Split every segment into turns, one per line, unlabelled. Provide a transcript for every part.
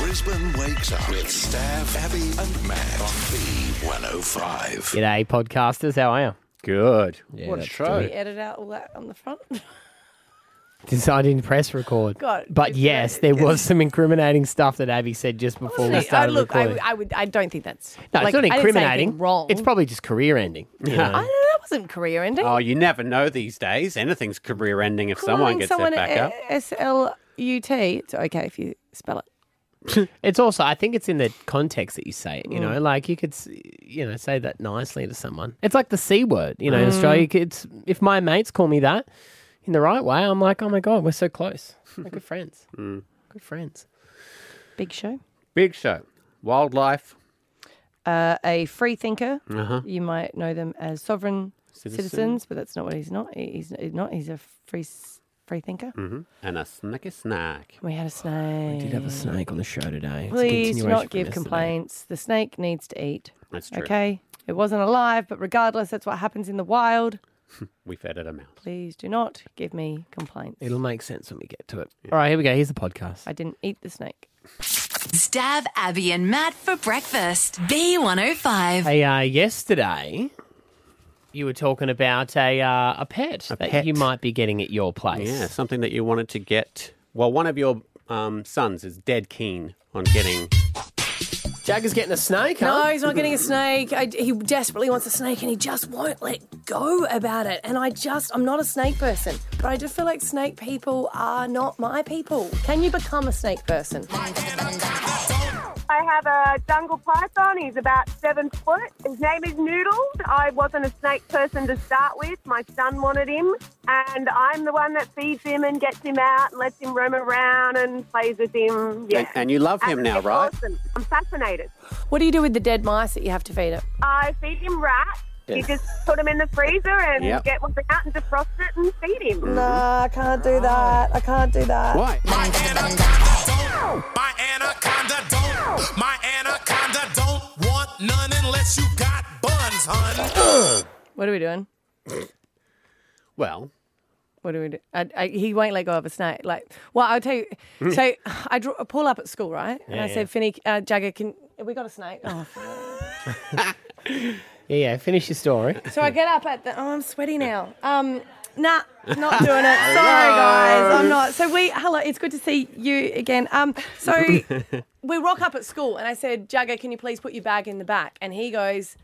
Brisbane wakes up with Stav, Abby, and Matt on B105.
G'day, podcasters. How are you?
Good.
Yeah,
what a
that's
show.
We edit out all that on the front.
Since I didn't press record.
God,
But
it's
yes,
very-
there was some incriminating stuff that Abby said just before we
Honestly, I,
started
look, I,
recording.
I would. I don't think that's.
no,
like,
it's not
I didn't say anything
incriminating.
wrong.
It's probably just career ending. you know.
I don't know. That wasn't career ending.
Oh, you never know these days. Anything's career ending if someone
Calling
gets
someone
their back up.
S L U T. It's okay if you spell it.
It's also, I think it's in the context that you say it, you
Mm.
know, like you could, s- you know, say that nicely to someone. It's like the C word, you know, in
Mm.
Australia. It's, if my mates call me that in the right way, I'm like, oh my God, we're so close. We're good friends. Good friends.
Big show.
Big show. Wildlife.
Uh, a free thinker.
Uh-huh.
You might know them as sovereign
Citizen.
citizens, but that's not what he's not. He- He's he's not. He's a free s- free thinker.
Mm-hmm. And a snacky snack.
We had a snake.
Hmm. Did have a snake on the show today. It's a
Please do
continuation
not
from
give
yesterday.
complaints. The snake needs to eat.
That's true.
Okay. It wasn't alive, but regardless, that's what happens in the wild.
We fed it a mouse.
Please do not give me complaints.
It'll make sense when we get to it. All right, here we go. Here's the podcast.
I didn't eat the snake.
Stav, Abby, and Matt for breakfast. B105.
Hey, uh, yesterday you were talking about a uh, a pet that
pet.
you might be getting at your place.
Yeah, something that you wanted to get. Well, one of your um, sons is dead keen on getting.
Jagger's getting a snake.
No,
Huh?
he's not getting a snake. I, he desperately wants a snake and he just won't let go about it. And I just, I'm not a snake person, but I just feel like snake people are not my people. Can you become a snake person?
I have a jungle python. He's about seven foot. His name is Noodles. I wasn't a snake person to start with. My son wanted him, and I'm the one that feeds him and gets him out and lets him roam around and plays with him. Yeah.
And, and you love him now,
It's
right?
awesome. I'm fascinated.
What do you do with the dead mice that you have to feed it?
I feed him rats. You just put him in the freezer and
Yep.
get one out and defrost it and feed him.
Mm-hmm.
Nah, I can't do that. I can't do that.
Why?
My anaconda don't. My anaconda don't. My anaconda don't want none unless you got buns, hun.
What are we doing?
Well,
What do we do? I, I, he won't let go of a snake. Like, well, I'll tell you. So I drew, I pull up at school, right? And I said, Finny, uh, Jagger, can we got a snake? Oh, fuck.
Yeah, yeah. Finish your story.
so I get up at the. Oh, I'm sweaty now. Um, nah, not doing it. Sorry, guys, I'm not. So we, hello, it's good to see you again. Um, so we rock up at school, and I said, Jagger, can you please put your bag in the back? And he goes,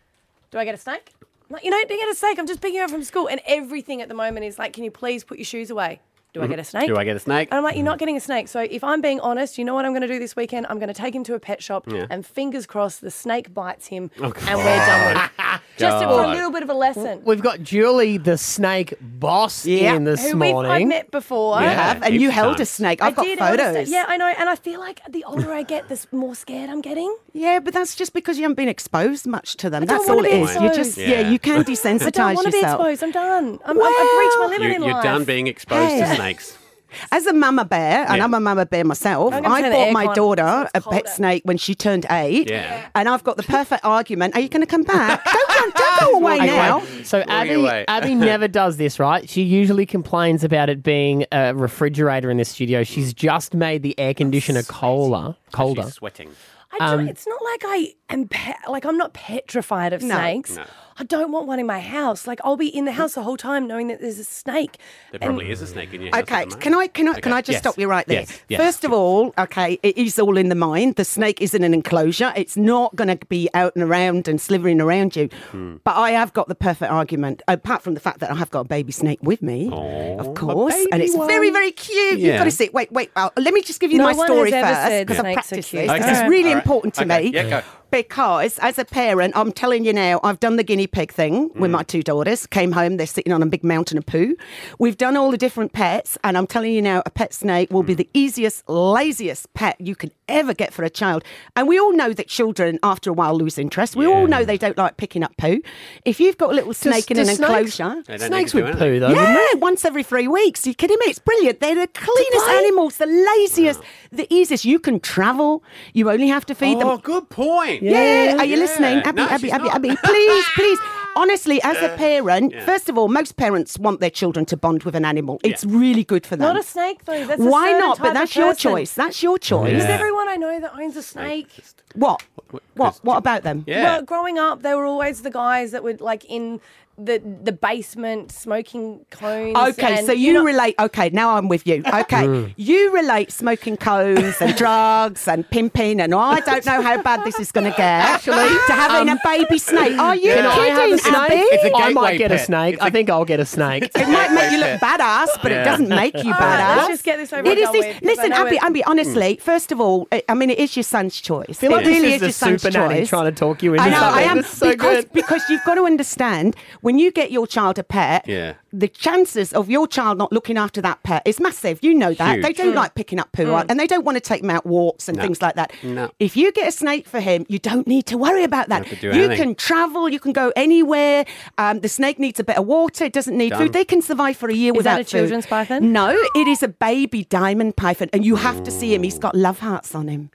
Do I get a snake? I'm like, you know, do you get a snake? I'm just picking you up from school, and everything at the moment is like, Can you please put your shoes away? Do I get a snake?
Mm-hmm. do I get a snake? Mm-hmm.
And I'm like, you're not getting a snake. So if I'm being honest, you know what I'm going to do this weekend? I'm going to take him to a pet shop, and fingers crossed, the snake bites him,
Oh,
and we're done with it. Just for a
God.
little bit of a lesson.
We've got Julie, the snake boss,
Yeah.
in this
Who we've
morning.
I've met before.
Yeah.
have, and you
heaps
held a
times.
snake.
I
I've got
did
photos.
understand- Yeah, I know. And I feel like the older I get, the s- more scared I'm getting.
Yeah, but that's just because you haven't been exposed much to them.
don't
That's
wanna
all it
be
is. You just
exposed.
yeah.
Yeah.
you can desensitize
I don't want to be
yourself.
exposed. I'm done. I'm, I'm- I've reached my limit
you,
in
you're
life.
done being exposed to
Hey.
snakes.
As a mama bear, and
Yeah.
I'm a mama bear myself,
I'm gonna
I
turn the
bought
air
my
con-
daughter a
it's colder.
pet snake when she turned eight.
Yeah.
And I've got the perfect argument. Are you going to come back? don't, run- don't go away
Hey,
now.
wait. So Abby,
away.
Abby never does this, right? She usually complains about it being a refrigerator in the studio. She's just made the air conditioner cola colder.
She's sweating.
I do,
um,
it's not like I am pe- like I'm not petrified of
No.
snakes. I don't want one in my house. Like I'll be in the house the whole time knowing that there's a snake.
There probably is a snake in your house.
Okay, can I can I can
Okay,
I just
yes,
stop you right there?
yes, yes.
First of all, okay, it is all in the mind. The snake is in an enclosure. It's not going to be out and around and slithering around you.
Hmm.
But I have got the perfect argument, apart from the fact that I have got a baby snake with me, of course, and it's very very cute. You've got
Yeah.
to see. Wait, wait. uh, let me just give you
No
my
one
story
has ever said
first because I
snakes are
practiced
cute.
this.
Okay.
This is
Alright.
really
Alright.
important to
Okay,
me.
yeah, go.
Because as a parent, I'm telling you now, I've done the guinea pig thing with
Mm.
my two daughters. Came home, they're sitting on a big mountain of poo. We've done all the different pets, and I'm telling you now, a pet snake will
Mm.
be the easiest, laziest pet you can ever get for a child. And we all know that children, after a while, lose interest. We all know they don't like picking up poo. If you've got a little snake in
do
an
snakes-
enclosure,
I don't need
Snakes
to do
would
anything.
poo though. wouldn't
yeah, once every three weeks. You kidding me? It's brilliant. They're the cleanest animals, the laziest, the easiest. You can travel. You only have to feed
Oh,
them.
good point.
Yeah, are you
Yeah.
listening? Abby,
No,
Abby,
she's
Abby,
not.
Abby, please, please. Honestly, as a parent, first of all, most parents want their children to bond with an animal. It's really good for them.
Not a snake though. That's a
Why
certain
not?
type
But
of
that's your
person.
choice. That's your choice.
Because everyone I know that owns a snake?
What? What? What,
'cause-
about them?
Yeah.
Well, growing up, they were always the guys that were like in the the basement smoking cones.
Okay,
and,
so you
know-
relate. Okay, now I'm with you.
Mm.
Okay, you relate smoking cones and drugs and pimping, and "Oh, I don't know how bad this is going to get. Actually, to having a baby snake. Are you
um, Can I have
kidding,
a snake?
Abby?
It's a
I might
gateway
get a
pet.
snake. I think I'll get a snake.
It might make you look badass, but it
Yeah.
doesn't make you
All
badass.
right, let's just get this over
It
and
is
done
this.
with, 'cause I
Listen,
know
Abby,
it's-
Abby, honestly, first of all, I I mean, it is your son's choice.
Hmm. feel like
it really
this
is,
is the
your son's
super nanny
choice.
trying to talk you into
I know,
something.
I am.
This is so
because,
good.
because you've got to understand, when you get your child a pet,
Yeah.
the chances of your child not looking after that pet is massive. You know that.
Huge.
They don't like picking up poo
Mm.
on, and they don't want to take them out walks and things like that.
No.
If you get a snake for him, you don't need to worry about that.
have to do
you
anything.
can travel, you can go anywhere. Um, the snake needs a bit of water, it doesn't need food. They can survive for a year
Is that
without
a children's
food.
python?
No, it is a baby diamond python, and you have to see him. He's got love hearts on him.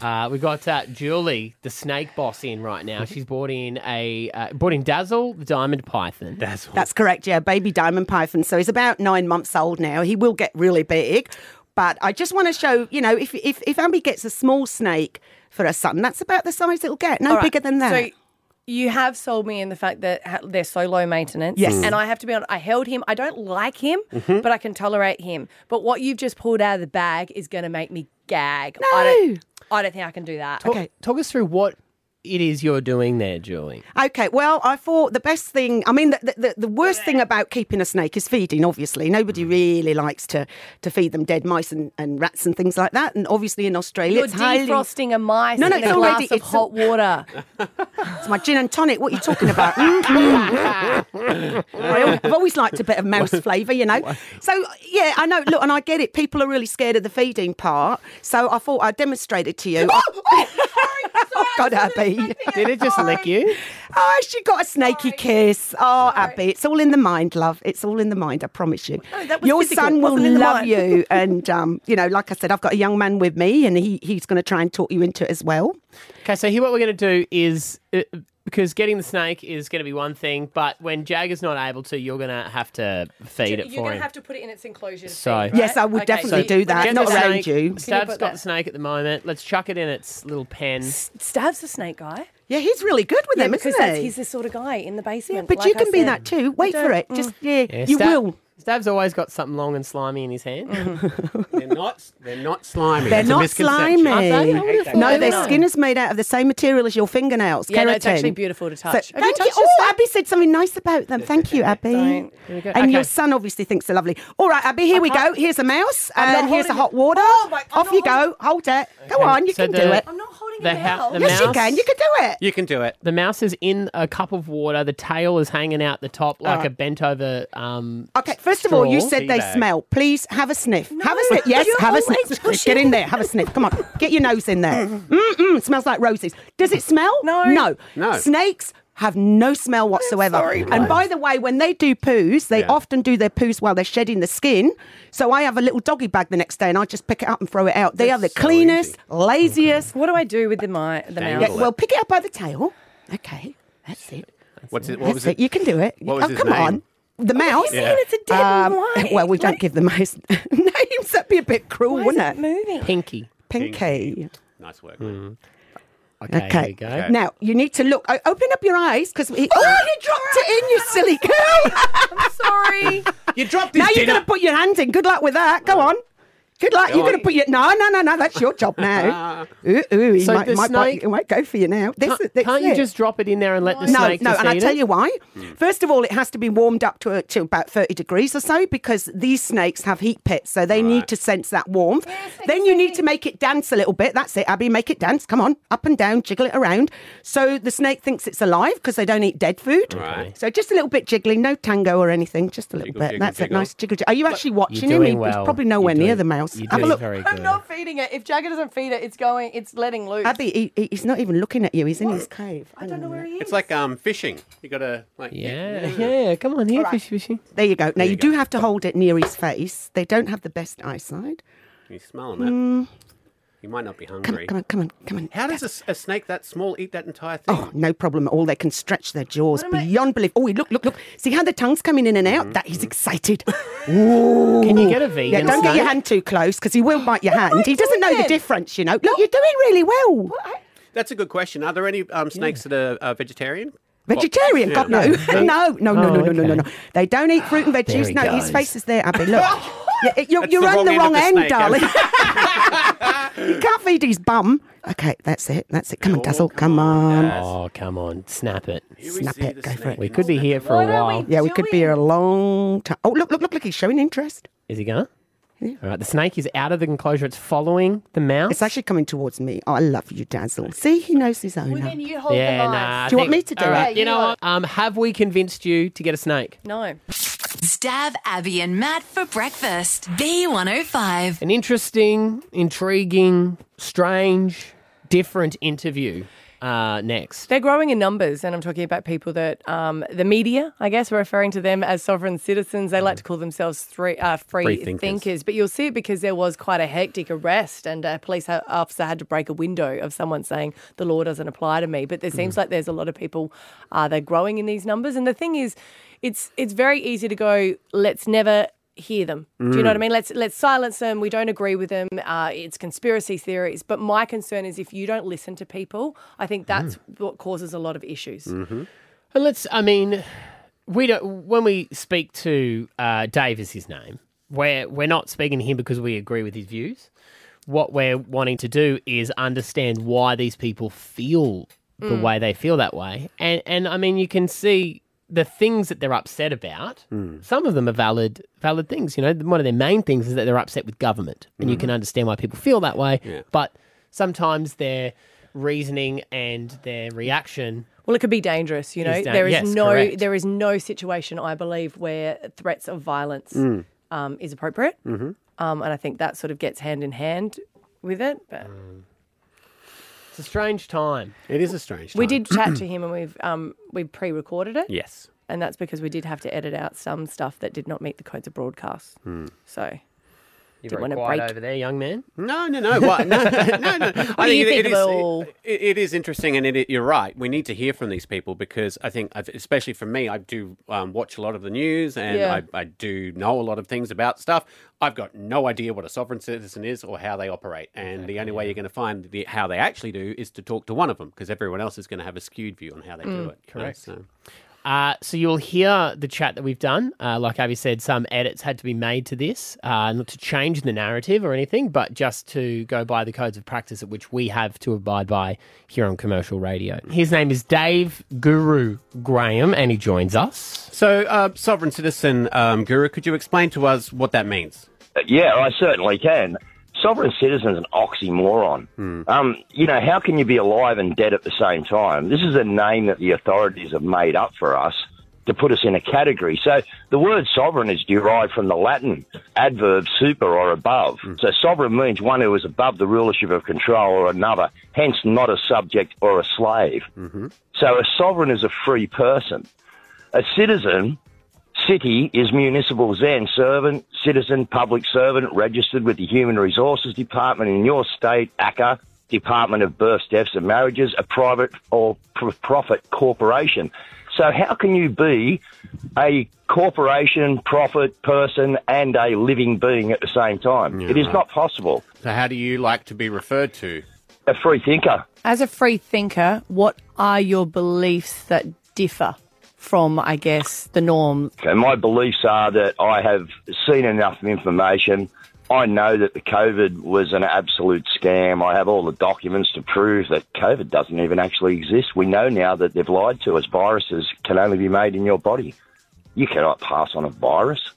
Uh, we got uh, Julie, the snake boss, in right now. She's brought in a uh, brought in Dazzle, the diamond python. Dazzle.
That's correct, yeah, baby diamond python. So he's about nine months old now. He will get really big, but I just want to show, you know, if if if Abby gets a small snake for her son, that's about the size it'll get, no
All right,
bigger than that.
So you have sold me in the fact that ha- they're so low maintenance.
Yes. Mm-hmm.
And I have to be honest, I held him. I don't like him, but I can tolerate him. But what you've just pulled out of the bag is going to make me gag. I don't, I don't think I can do that.
okay.
Talk us through what it is you're doing there, Julie.
Okay, well, I thought the best thing, I mean, the, the- the, the worst thing about keeping a snake is feeding, obviously. Nobody
Mm.
really likes to, to feed them dead mice and, and rats and things like that. And obviously in Australia,
You're
it's highly.
defrosting a mice
No, no,
in
it's
a
already-
glass of
it's
hot water.
It's my gin and tonic. What are you talking about? Mm, mm. I al- I've always liked a bit of mouse flavour, you know. So, yeah, I know. Look, and I get it. People are really scared of the feeding part. So I thought I'd demonstrate it to you. oh, God, Abby.
Did it just lick you?
Oh, she got a snaky kiss. Oh, Abby, it's all in the mind, love. It's all in the mind. I promise you.
Oh, that was
Your
physical,
son will
wasn't in the
love
mind.
you, and um, you know, like I said, I've got a young man with me, and he he's going to try and talk you into it as well.
Okay, so here what we're going to do is uh, because getting the snake is going to be one thing, but when Jagger's not able to, you're going to have to feed it
You're
for
going to
him.
have to put it in its enclosure. to
So-
feed, right?
Yes, I would
Okay,
definitely
so
do that.
Get
Not
the
around
snake.
you.
Stab's
put
got
that?
the snake at the moment. Let's chuck it in its little pen.
Stabs the snake guy.
Yeah, he's really good with them,
because
isn't
that's,
he?
he's the sort of guy in the
yeah,
basement.
but
like
you
I
can be
said.
that too. Wait
don't- Mm.
for it. Just yeah,
Yeah,
you
Stab-
will.
Stab's always got something long and slimy in his hand.
Mm-hmm.
They're not. They're not slimy.
They're
That's a
not
misconception.
slimy.
I
No, their
don't know.
skin is made out of the same material as your fingernails.
Yeah, no, it's actually
keratin.
beautiful to
So-
touch. Have you
thank you.
touched your
Oh,
snake?
Abby said something nice about them. Thank you, Abby. and
Okay.
your son obviously thinks they're lovely. All right, Abby, here we go. Here's a mouse, and
not
then here's a
holding
hot water.
Oh my- I'm
Off
not
you go. Hold it. Go on, you
so
can
the-
do it.
I'm not holding
The
it
ha-
out.
the
Yes, you
mouse-
can. You can do it.
You can do it.
The mouse is in a cup of water. The tail is hanging out the top like a bent over. Um,
Okay, first of all, you
straw.
said they
Teabag.
smell. Please have a sniff. have a sniff. Yes,
you're
have a
always
sniff. Get in there. Have a sniff. Come on. Get your nose in there. Mm-mm, smells like roses. Does it smell?
No.
No.
No.
Snakes have no smell whatsoever. and by the way, when they do poos, they
Yeah.
often do their poos while they're shedding the skin. So I have a little doggy bag the next day and I just pick it up and throw it out. They are the
so
cleanest,
easy.
laziest.
What do I do with the, my, the
Dangle
mouse?
it.
Well, pick it up by the tail. Okay, that's it.
What's it? What
That's
was
it?
it?
You can do it.
What was
oh,
his
come
name?
on. The mouse.
Yeah.
It's a dead
Um,
white.
well, we don't give them most names. That'd be a bit cruel,
Why is
wouldn't
it
it?
moving?
pinky.
Pinky.
Nice work. mate.
Okay,
Okay.
Here we go.
Now you need to look. o- open up your eyes because we. Oh, you dropped it in, you silly girl!
Sorry.
You dropped this
now you're
dinner.
going to put your hand in. Good luck with that. Go on. Good luck. you're going to
on.
put your. No, no, no, no. That's your job now. ooh, ooh. He
So
might,
the
might bite
snake-
you. It might go for you now. This,
Can't,
is- this
can't
is
you
it.
just drop it in there and let the
No,
snake
no,
just
and I
eat
tell
it?
you why.
Hmm.
First of all, it has to be warmed up to, uh, to about 30 degrees or so because these snakes have heat pits, so they need to sense that warmth. then you need to make it dance a little bit. That's it, Abby, make it dance. Come on, up and down, jiggle it around. So the snake thinks it's alive because they don't eat dead food.
Right.
So just a little bit jiggling, no tango or anything, just a little
Jiggle,
bit.
jiggle,
That's it,
jiggle.
nice jiggle. jiggle. Are you actually watching him?
doing
He-
well.
He's probably nowhere
You're
near
doing-
the mouse.
you're
Have a
doing
look.
very
I'm
good.
not feeding it. If Jagger doesn't feed it, it's going. It's letting loose.
Abby, he, he- he's not even looking at you. He's in his cave.
I don't know where he is.
It's like um fishing. You gotta like.
Yeah, yeah, yeah. Come on here, fishy, fishy.
There you go. Now you,
you
do
go.
have to hold it near his face. They don't have the best eyesight.
You smelling that? You might not be
Mm. Come on,
hungry.
come on, come on, come on.
How does a s- a, snake that small eat that entire thing?
Oh, no problem at all. They can stretch their jaws beyond belief. Oh, look, look, look. See how the tongue's coming in and out? That he's excited. Ooh.
Can you get a vegan
Yeah, don't get
snake?
your hand too close because he will bite your hand. He doesn't know the
doing?
difference, you know. Look, you're doing really well.
That's a good question. Are there any um, snakes that are uh, vegetarian?
Vegetarian? God, no. no, no, no, no, no,
Oh,
no, no, no. They don't eat fruit and
Ah,
There
veggies.
he
No, his
goes.
face is there, Abby. Look. Yeah, it- you're
That's
you're
the
on the
wrong
wrong end,
end of the
darling. you can't feed his bum. Okay, that's it. That's it. Come
Oh,
on, Dazzle. Come, on.
Oh, come on. Snap it.
Here we
Snap
see
it,
the
go for
snake
it.
We
in
could be
all
here
that-
for a while.
Yeah, we could be here a long time. Oh, look, look, look, look. He's showing interest.
Is he gonna? All right. The snake is out of the enclosure. It's following the mouse.
It's actually coming towards me. Oh, I love you, Dazzle. See, he knows his owner.
Well, then you hold
yeah,
the
nah. I
line.
Do you want
think-
me to do
all right,
it?
you know what? Um, have we convinced you to get a snake?
No.
Stab Abby and Matt for breakfast. B105.
An interesting, intriguing, strange, different interview. Uh, next.
They're growing in numbers, and I'm talking about people that um, the media, I guess, we're referring to them as sovereign citizens. They like to call themselves three, uh, free,
Mm-hmm. Free thinkers.
thinkers. But you'll see it because there was quite a hectic arrest, and a police ho- officer had to break a window of someone saying the law doesn't apply to me. But there
Mm-hmm.
seems like there's a lot of people uh, they're growing in these numbers, and the thing is, it's it's very easy to go, let's never hear them. Do
Mm.
you know what I mean? Let's let's silence them. We don't agree with them. Uh, it's conspiracy theories. But my concern is if you don't listen to people, I think that's
Mm.
what causes a lot of issues.
Mm-hmm. And let's. I mean, we don't. When we speak to uh, Dave, is his name. We're we're not speaking to him because we agree with his views. What we're wanting to do is understand why these people feel the way they feel that way, and and I mean, you can see the things that they're upset about. Some of them are valid valid things. You know, one of their main things is that they're upset with government, and you can understand why people feel that way. But sometimes their reasoning and their reaction
Well, it could be dangerous. You know,
Is dan-
there is
yes,
no
correct.
there is no situation I believe where threats of violence
Mm.
um, is appropriate. Mm-hmm. Um, and I think that sort of gets hand in hand with it. But
Mm. it's a strange time.
It is a strange.
we
time.
did chat to him, and we've um, we pre-recorded it.
Yes.
and that's because we did have to edit out some stuff that did not meet the codes of broadcast.
Mm.
So Didn't
You very
wanna
quiet
break-
over there, young man.
No, no, no. What? No, no, no. I
do you
it-
think
it
of
is-
all-
it- it is interesting, and it, it- you're right. We need to hear from these people because I think, I've- especially for me, I do um, watch a lot of the news, and
Yeah.
I, I do know a lot of things about stuff. I've got no idea what a sovereign citizen is or how they operate, and the only way you're going to find the, how they actually do is to talk to one of them because everyone else is going to have a skewed view on how they
Mm,
do it. um, Correct. so.
Uh, so you'll hear the chat that we've done. Uh, like Abby said, some edits had to be made to this, uh, not to change the narrative or anything, but just to go by the codes of practice at which we have to abide by here on commercial radio. His name is Dave Guru Graham, and he joins us.
So, uh, sovereign citizen um, guru, could you explain to us what that means?
Yeah, I certainly can. Sovereign citizen is an oxymoron. Um, you know, how can you be alive and dead at the same time? This is a name that the authorities have made up for us to put us in a category. So the word sovereign is derived from the Latin adverb super or above. So sovereign means one who is above the rulership of control or another, hence not a subject or a slave. So a sovereign is a free person. A citizen City is municipal Zen servant, citizen, public servant registered with the Human Resources Department in your state, ACCA, Department of Births, Deaths and Marriages, a private or pr- profit corporation. So how can you be a corporation, profit person and a living being at the same time? it is not possible.
So, how do you like to be referred to?
A free thinker.
as a free thinker, what are your beliefs that differ from, I guess, the norm?
And my beliefs are that I have seen enough information. I know that the COVID was an absolute scam. I have all the documents to prove that COVID doesn't even actually exist. We know now that they've lied to us. Viruses can only be made in your body. You cannot pass on a virus.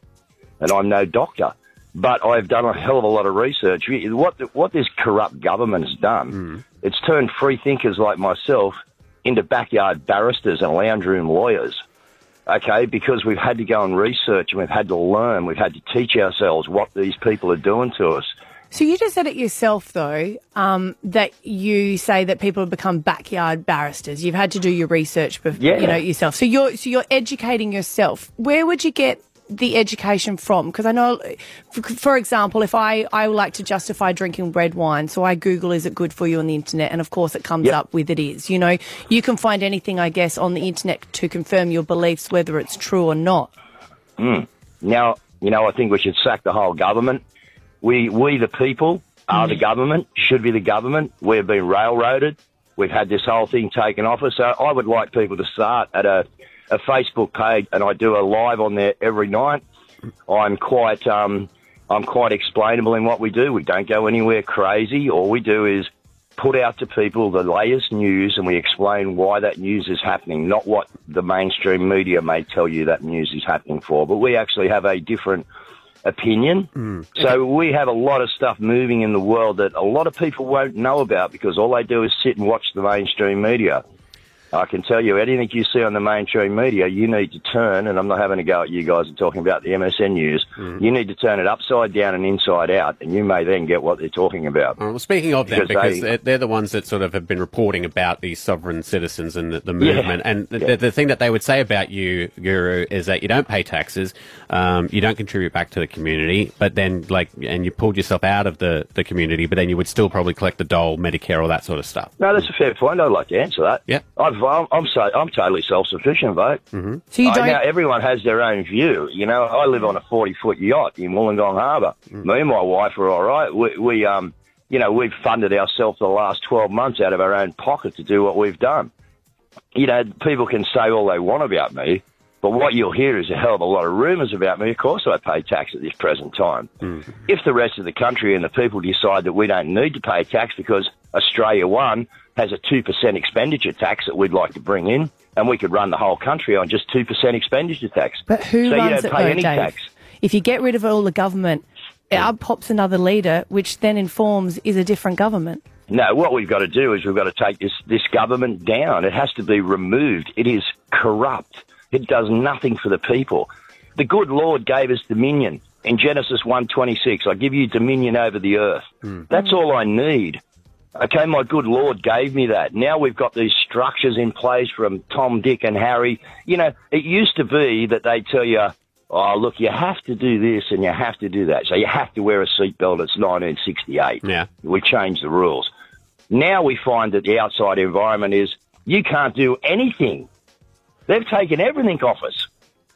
And I'm no doctor. But I've done a hell of a lot of research. What, what this corrupt government's done, it's turned free thinkers like myself into backyard barristers and lounge room lawyers okay, because we've had to go and research and we've had to learn, we've had to teach ourselves what these people are doing to us.
So you just said it yourself, though, um, that you say that people have become backyard barristers. You've had to do your research, bef-
Yeah.
you know, yourself. So you're so you're educating yourself. Where would you get the education from? Because I know, for, for example, if I, I like to justify drinking red wine, so I Google, is it good for you on the internet? And of course, it comes
Yep.
up with it is. You know, you can find anything, I guess, on the internet to confirm your beliefs, whether it's true or not.
Now, you know, I think we should sack the whole government. We, we the people, are the government, should be the government. We've been railroaded. We've had this whole thing taken off us. So I would like people to start at a, a Facebook page, and I do a live on there every night. I'm quite, um, I'm quite explainable in what we do. We don't go anywhere crazy. All we do is put out to people the latest news, and we explain why that news is happening, not what the mainstream media may tell you that news is happening for. But we actually have a different opinion. So we have a lot of stuff moving in the world that a lot of people won't know about because all they do is sit and watch the mainstream media. I can tell you anything you see on the mainstream media, you need to turn, and I'm not having a go at you guys and talking about the MSN news. You need to turn it upside down and inside out, and you may then get what they're talking about.
Well, speaking of them,
Because
because
they-
they're, they're the ones that sort of have been reporting about these sovereign citizens and the, the movement. And the, the, the thing that they would say about you, Guru, is that you don't pay taxes, um, you don't contribute back to the community, but then like, and you pulled yourself out of the, the community, but then you would still probably collect the dole, Medicare, all that sort of stuff.
No, that's a fair point. I'd like to answer that.
Yeah.
I've, I'm, I'm, so, I'm totally self sufficient, vote.
So you
I-
don't.
Uh, now everyone has their own view. You know, I live on a forty-foot yacht in Wollongong Harbour.
Mm.
Me and my wife are all right. We, we, um, you know, we've funded ourselves the last twelve months out of our own pocket to do what we've done. You know, people can say all they want about me, but what you'll hear is a hell of a lot of rumours about me. Of course, I pay tax at this present time. If the rest of the country and the people decide that we don't need to pay tax because Australia one has a two percent expenditure tax that we'd like to bring in. And we could run the whole country on just 2% expenditure tax.
But who
so
runs
you
it
don't pay
though,
any
Dave?
tax.
If you get rid of all the government, out pops another leader, which then informs is a different government.
No, what we've got to do is we've got to take this, this government down. It has to be removed. It is corrupt. It does nothing for the people. The good Lord gave us dominion in Genesis 1:26. I give you dominion over the earth. That's all I need. Okay, my good Lord gave me that. Now we've got these structures in place from Tom, Dick, and Harry. You know, it used to be that they tell you, oh, look, you have to do this and you have to do that. So you have to wear a seatbelt. It's 1968.
Yeah.
We changed the rules. Now we find that the outside environment is you can't do anything. They've taken everything off us.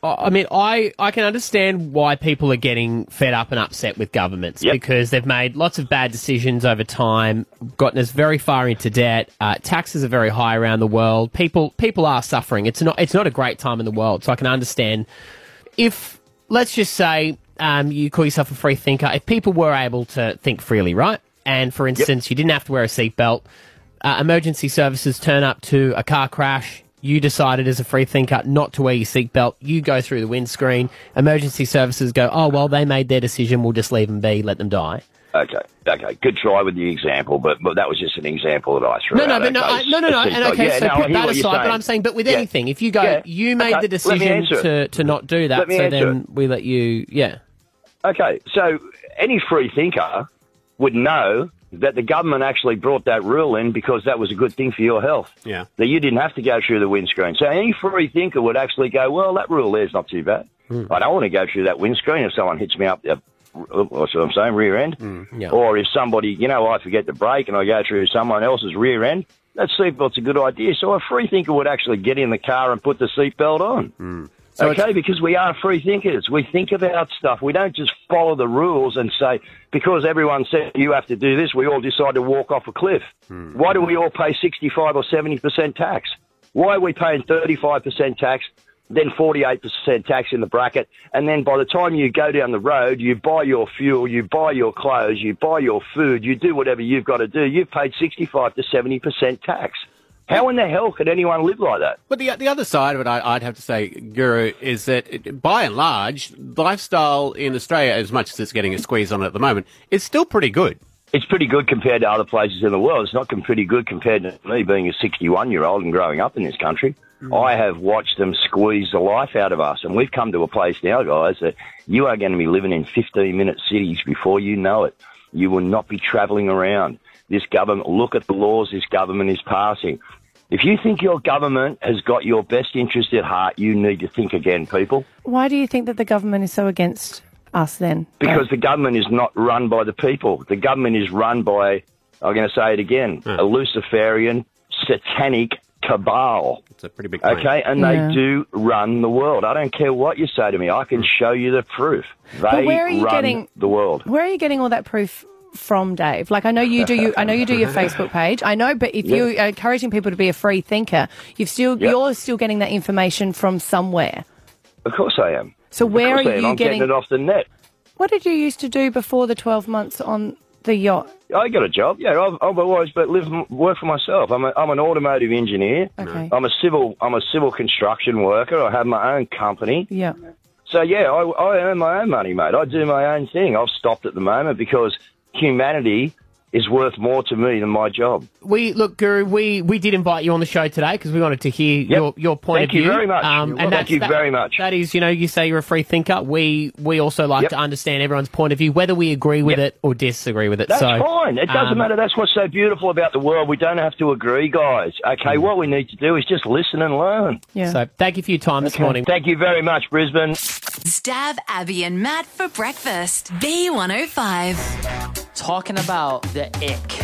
I I mean, I, I can understand why people are getting fed up and upset with governments
Yep.
because they've made lots of bad decisions over time, gotten us very far into debt. Uh, taxes are very high around the world. People people are suffering. It's not it's not a great time in the world, so I can understand if let's just say um, you call yourself a free thinker, if people were able to think freely, right? And for instance, you didn't have to wear a seatbelt. Uh, emergency services turn up to a car crash. You decided as a free thinker not to wear your seatbelt. You go through the windscreen. Emergency services go, oh well, they made their decision. We'll just leave them be, let them die.
Okay, okay, good try with the example, but, but that was just an example that I threw
No, no,
out,
but no,
okay?
I, no, no, no.
It's-
And
it's-
okay,
yeah,
so
no, I
put
hear
that
what
aside.
you're
But
saying.
I'm saying, but with
Yeah.
anything, if you go,
Yeah.
you made
Okay,
the
let me
decision
answer it.
to, to not do that,
Let me
so
answer
then we let you, yeah.
Okay, so any free thinker would know that the government actually brought that rule in because that was a good thing for your health.
Yeah.
That you didn't have to go through the windscreen. So any free thinker would actually go, well, that rule there's not too bad. I don't want to go through that windscreen if someone hits me up the, what's what I'm saying, rear end.
yeah.
Or if somebody, you know, I forget to brake and I go through someone else's rear end. That seatbelt's a good idea. So a free thinker would actually get in the car and put the seatbelt on okay, because we are free thinkers. We think about stuff. We don't just follow the rules and say, because everyone said you have to do this, we all decide to walk off a cliff. Why do we all pay 65 or 70% tax? Why are we paying 35% tax, then 48% tax in the bracket? And then by the time you go down the road, you buy your fuel, you buy your clothes, you buy your food, you do whatever you've got to do, you've paid 65 to 70% tax. How in the hell could anyone live like that?
But the the other side of it, I, I'd have to say, Guru, is that it, by and large, lifestyle in Australia, as much as it's getting a squeeze on it at the moment, is still pretty good.
it's pretty good compared to other places in the world. It's not com- pretty good compared to me being a 61 year old and growing up in this country. I have watched them squeeze the life out of us, and we've come to a place now, guys, that you are going to be living in 15 minute cities before you know it. You will not be travelling around. This government, look at the laws this government is passing. If you think your government has got your best interest at heart, you need to think again, people.
Why do you think that the government is so against us then?
Because the government is not run by the people. The government is run by, I'm going to say it again, a Luciferian satanic cabal.
It's a pretty big claim.
Okay, and
Yeah.
they do run the world. I don't care what you say to me. I can show you the proof. They
But where are you
run
getting-
the world.
Where are you getting all that proof from, Dave? Like I know you do. You, I know you do your Facebook page. I know, but if you're encouraging people to be a free thinker, you've still
Yeah.
you're still getting that information from somewhere.
Of course I am.
So
Of
where
course
are
I am.
you
I'm
getting?
it off the net.
What did you used to do before the twelve months on the yacht?
I got a job. Yeah, I've, I've always but live work for myself. I'm a, I'm an automotive engineer.
Okay.
I'm a civil I'm a civil construction worker. I have my own company.
Yeah.
So yeah, I, I earn my own money, mate. I do my own thing. I've stopped at the moment because humanity is worth more to me than my job.
We look, Guru. We we did invite you on the show today because we wanted to hear your, your point
Thank
of view. Um,
you very much. You're welcome.
that's-
Thank you
that-
very much.
That is, you know, you say you're a free thinker. We we also like
Yep.
to understand everyone's point of view, whether we agree with it or disagree with it.
That's
so
fine. It doesn't
um,
matter. That's what's so beautiful about the world. We don't have to agree, guys.
Hmm.
Okay, what we need to do is just listen and learn.
Yeah.
So thank you for your time this morning.
Thank you very much, Brisbane.
It's Dav, Abby, and Matt for breakfast. B105.
Talking about the ick.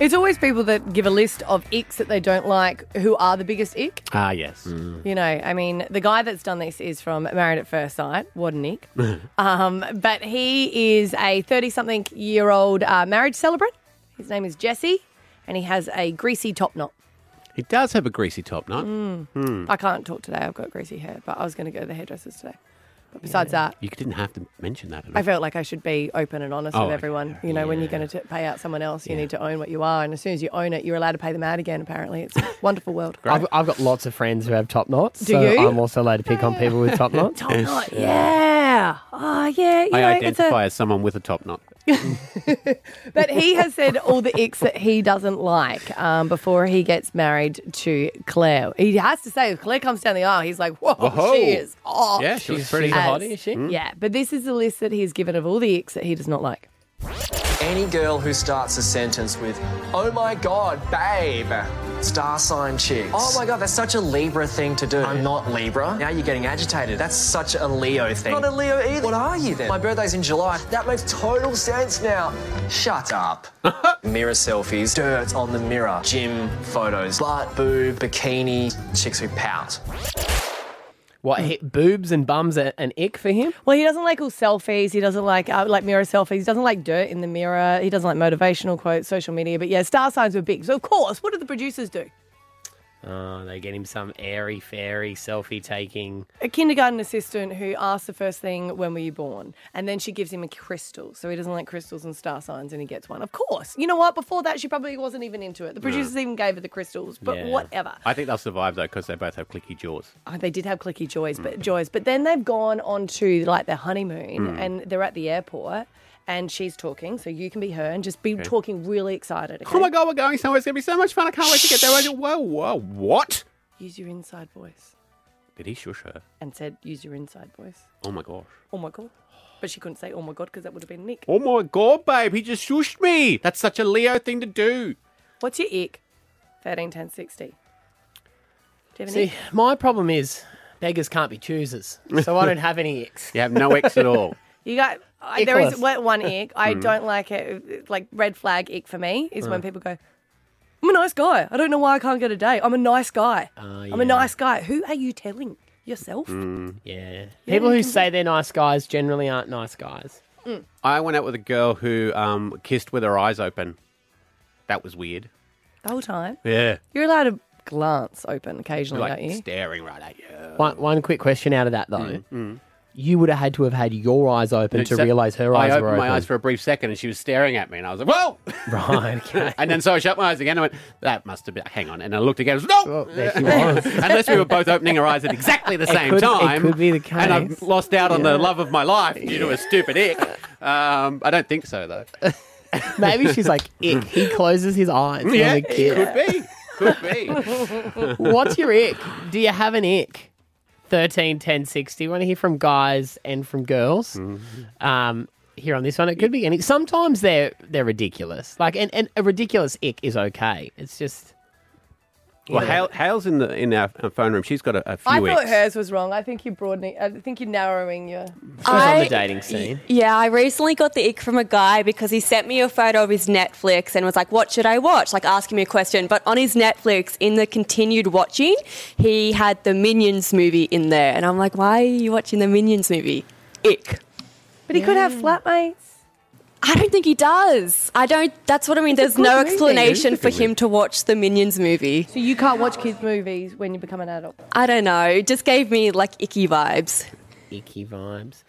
It's always people that give a list of icks that they don't like who are the biggest ick.
Ah, yes.
You know, I mean, the guy that's done this is from Married at First Sight, what an ick. um, but he is a 30 something year old uh, marriage celebrant. His name is Jesse, and he has a greasy top knot.
He does have a greasy top knot. Hmm.
I can't talk today, I've got greasy hair, but I was going to go to the hairdresser's today. But besides that,
You didn't have to mention that. At all.
I felt like I should be open and honest
Oh,
with
okay.
everyone. You know, when you're going to pay out someone else, you need to own what you are. And as soon as you own it, you're allowed to pay them out again, apparently. It's a wonderful world.
I've, I've got lots of friends who have top knots.
Do
so
you?
I'm also allowed to pick on people with top knots.
Top knot, yeah. Oh, yeah. You
I
know, it's a,
identify as someone with a top knot.
But he has said all the icks that he doesn't like um, before he gets married to Claire. He has to say, if Claire comes down the aisle, he's like, whoa,
Whoa.
she is off.
Yeah, she was
She's
pretty
a
hot.
hottie, is she? Hmm.
Yeah, but this is the list that he's given of all the icks that he does not like.
Any girl who starts a sentence with, oh my god, babe, star sign chicks. Oh my god, that's such a Libra thing to do. I'm not Libra. Now you're getting agitated. That's such a Leo thing. Not a Leo e- either. What are you then? My birthday's in July. That makes total sense now. Shut up. mirror selfies, dirt on the mirror, gym photos, butt, boob, bikini, chicks who pout.
What he, boobs and bums are an ick for him?
Well, he doesn't like all selfies. He doesn't like uh, like mirror selfies. He doesn't like dirt in the mirror. He doesn't like motivational quotes, social media. But yeah, star signs were big. So of course, what do the producers do?
Oh, they get him some airy fairy selfie taking.
A kindergarten assistant who asks the first thing, "When were you born?" and then she gives him a crystal. So he doesn't like crystals and star signs, and he gets one. Of course, you know what? Before that, she probably wasn't even into it. The producers even gave her the crystals, but
Yeah.
whatever.
Mm. I think they'll survive though because they both have clicky jaws.
Oh, they did have clicky joys, but
Mm.
joys. But then they've gone on to like their honeymoon, and they're at the airport. And she's talking, so you can be her and just be talking really excited.
Oh
okay?
my god, we're going somewhere. It's gonna be so much fun. I can't wait to get there. Whoa, whoa, what?
use your inside voice
Did he shush her?
and said use your inside voice
Oh my gosh.
oh my god but she couldn't say oh my god because that would have been nick
Oh my god, babe, he just shushed me. That's such a Leo thing to do.
what's your ick 13 10 60 do you have any
See, my problem is beggars can't be choosers, so I don't have any icks.
You have no X at all.
you got I, there is
Ickless.
one one ick i don't like it like red flag ick for me is when people go i'm a nice guy i don't know why i can't get a date i'm a nice guy i'm
yeah.
a nice guy who are you telling yourself
Yeah. People who say they're nice guys generally aren't nice guys.
I went out with a girl who um, kissed with her eyes open. That was weird.
the whole time
Yeah.
you're allowed to glance open occasionally
Like
don't you
staring right at you.
One, one quick question out of that, though.
Mm.
You would have had to have had your eyes open to realise her eyes
I opened
were open.
my eyes for a brief second and she was staring at me and I was like, whoa!
Right, okay.
and then so I shut my eyes again and I went, that must have been, hang on. And I looked again and I was, no!
Oh, there she was.
Unless we were both opening our eyes at exactly the same
could- it
time.
could be the
And I've
case.
lost out on the love of my life due to a stupid ick. Um, I don't think so, though.
Maybe she's like, ick. He closes his eyes. Yeah.
it could be. Could be.
What's your ick? Do you have an ick? 13, 10, 60. want to hear from guys and from girls. Um, here on this one. It could be any. Sometimes they're they're ridiculous. Like and, and a ridiculous ick is okay. It's just
Well,
Yeah.
Hale, Hale's in the in our our phone room. She's got a, a few
I thought
icks.
hers was wrong. I think you're broadening. I think you're narrowing your.
I-
dating scene.
Yeah, I recently got the ick from a guy because he sent me a photo of his Netflix and was like, What should I watch? Like asking me a question. But on his Netflix, in the continued watching, he had the Minions movie in there. And I'm like, Why are you watching the Minions movie? Ick.
But he could have flatmates.
I don't think he does. I don't, that's what I mean.
It's a
There's no
good movie.
explanation
It's a
for
good
him to watch the Minions movie.
So you can't watch kids' movies when you become an adult.
I don't know. It just gave me like icky vibes.
icky vibes.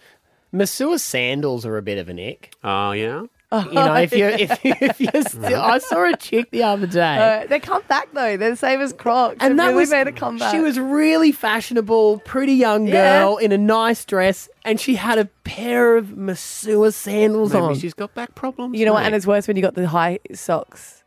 Masua sandals are a bit of an ick.
Oh yeah.
You know, if you're if, you, if you're
Right.
still, I saw a chick the other day.
Uh, they come back though. They're the same as Crocs. And that really was made a comeback.
She was really fashionable, pretty young
Yeah.
girl in a nice dress, and she had a pair of Masua sandals
Maybe
on.
she's
got back problems.
You know what? And it's worse when you got the high socks.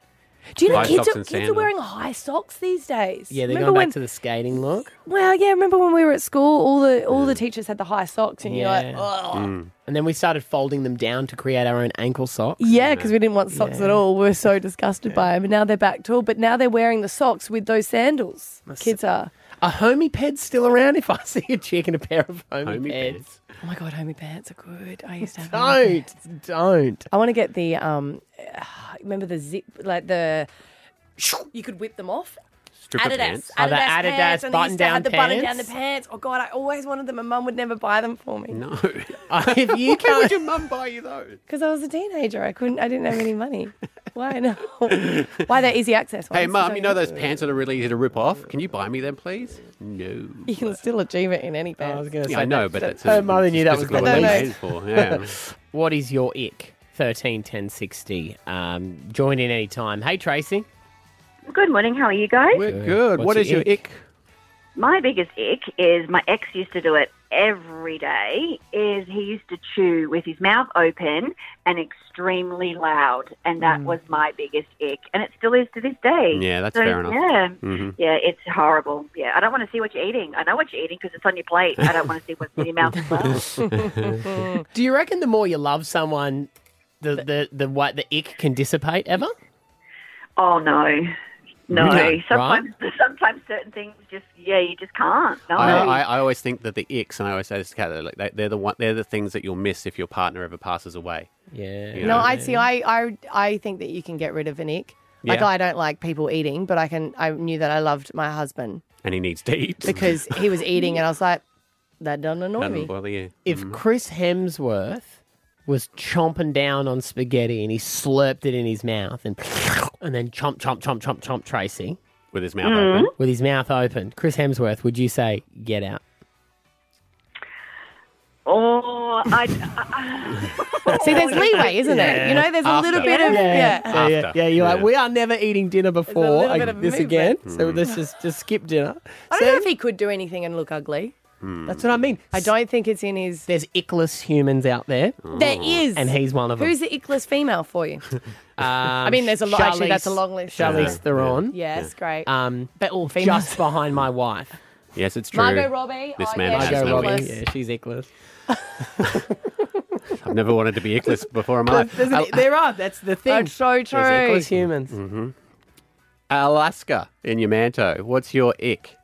Do you know
High
kids,
socks
are,
and
kids are
sandals.
wearing high socks these days?
yeah, they're
Remember
going back
when,
to the skating look.
Well, yeah. Remember when we were at school? All the all the teachers had the high socks, and you're like, oh.
And then we started folding them down to create our own ankle socks.
Yeah, because we didn't want socks at all. We were so disgusted by them. And now they're back to all. But now they're wearing the socks with those sandals. Kids are.
Are homie peds still around? If I see a chick in a pair of homie, peds,
Oh my god, homie pants are good. I used to have. homie pants.
don't don't.
I want to get the um, remember the zip like the. You could whip them off.
Stripper
Adidas,
pants?
Adidas,
Are Oh, the
pants,
Adidas
and they used to
button-down
have the button down the
pants?
pants. Oh god, I always wanted them, and Mum would never buy them for me.
No,
Uh, if
Why
you
would
can't,
your
mum buy you those?
Because I was a teenager, I couldn't, I didn't have any money. Why no? Why they're easy access? Ones?
Hey, mum,
So
you know those pants that are really easy to rip off? Can you buy me them, please? No.
You can still achieve it in
Oh,
any pants. I was going
Yeah, I know, but it's
her mother knew that was
physical
going to
abuse. for, yeah.
What is your ick? Thirteen ten sixty. Um, join in any time. Hey Tracy.
Good morning. How are you guys?
We're good. What's What is your your ick?
My biggest ick is my ex used to do it every day. Is he used to chew with his mouth open and extremely loud, and
Mm.
that was my biggest ick, and it still is to this day.
Yeah, that's
So,
fair enough.
Yeah,
Mhm.
yeah, it's horrible. Yeah, I don't want to see what you're eating. I know what you're eating because it's on your plate. I don't want to see what's in your mouth as well.
Do you reckon the more you love someone, the the the what the ick can dissipate ever?
Oh no, no.
Right.
Sometimes, sometimes certain things just yeah, you just can't. No.
I, I, I always think that the icks, and I always say this to Kat, they're like, they- they're the one, they're the things that you'll miss if your partner ever passes away.
Yeah.
No, I see. I, I, I think that you can get rid of an ick. Like
Yeah.
I don't like people eating, but I can. I knew that I loved my husband
And he needs to eat
because he was eating, and I was like, that doesn't annoy me.
Doesn't bother you.
If Chris Hemsworth was chomping down on spaghetti and he slurped it in his mouth and and then chomp chomp chomp chomp chomp Tracy
with his mouth
Mm-hmm.
open.
with his mouth open, Chris Hemsworth, would you say get out?
Oh, I. I-
See, there's leeway, isn't there?
Yeah.
You know, there's a little
After.
bit of yeah.
yeah, yeah, yeah, Mm. You're like, we are never eating dinner before
little
like,
bit of
this
movement.
again. So let's just just skip dinner.
I don't know if he could do anything and look ugly.
That's what I mean.
I don't think it's in his.
There's ickless humans out there.
There is.
and he's one of them.
Who's the ickless female for you?
Um,
I mean, there's a lot. Actually, that's a
Charlize-
long list.
Charlize Theron.
Yes, great.
Um,
But all females.
just behind my wife.
Yes, it's true.
Margot Robbie.
This
oh,
man
yeah,
has
she's
no
ickless.
icks.
Yeah, she's ickless.
I've never wanted to be ickless before in my life.
There's an- there are. That's the thing.
That's so
oh, There's ickless
true.
humans.
hmm Alaska in your manto. What's your ick?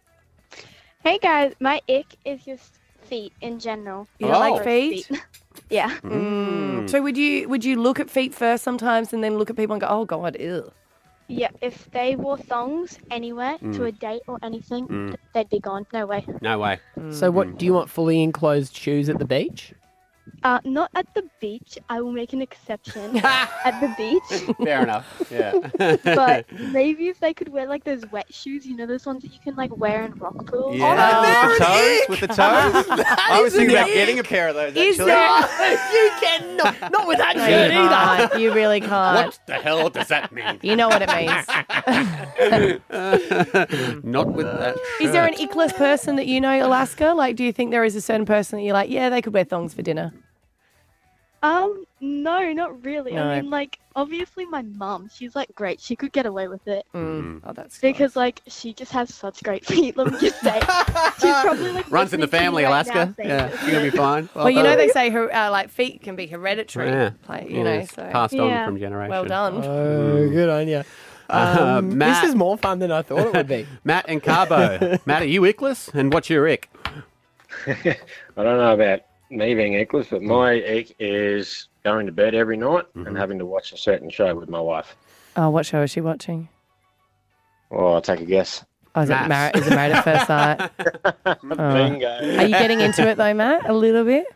Hey guys, my ick is just feet in general.
You don't like Oh. feet?
yeah.
Hmm.
Mm. So would you would you look at feet first sometimes, and then look at people and go, "Oh God, ew."
Yeah, if they wore thongs anywhere to
Mm.
a date or anything,
Mm.
th- they'd be gone. No way.
No way.
So, what do you want? Fully enclosed shoes at the beach?
Uh, not at the beach. I will make an exception at the beach.
Fair enough. Yeah.
but maybe if they could wear like those wet shoes, you know, those ones that you can like wear in rock pools.
Yeah. with the toes. With the toes. I
is
was
an
thinking about
ick.
getting a pair of those.
Is
actually.
you cannot. Not with that
No,
shirt
you
either.
can't. You really can't.
What the hell does that mean?
You know what it means.
Not with that.
Is there an
shirt.
ickless person that you know, Alaska? Like, do you think there is a certain person that you're like, yeah, they could wear thongs for dinner?
Um, no, not really.
No.
I mean, like, obviously, my mum, she's like great. She could get away with it.
Mm. Oh, that's
because, like, she just has such great feet. Let me just say, she's probably like
Runs in the
listening to
family,
me right
Alaska.
now
yeah,
saying this.
you're gonna be fine.
Well, you know they say her, uh, like feet can be hereditary.
Yeah.
Like, you
Yeah,
know,
it's
so
passed on Yeah. from generation.
Well done.
Oh, good on you.
Uh,
Um,
Matt.
this is more fun than I thought it would be.
Matt and Carbo. Matt, are you ickless? And what's your ick?
I don't know about me being eckless, but my ick is going to bed every night and having to watch a certain show with my wife.
Oh, what show is she watching?
Oh, I'll take a guess.
Oh, is it, mar- is it Married at First Sight? Oh. Are you getting into it though, Matt? A little bit?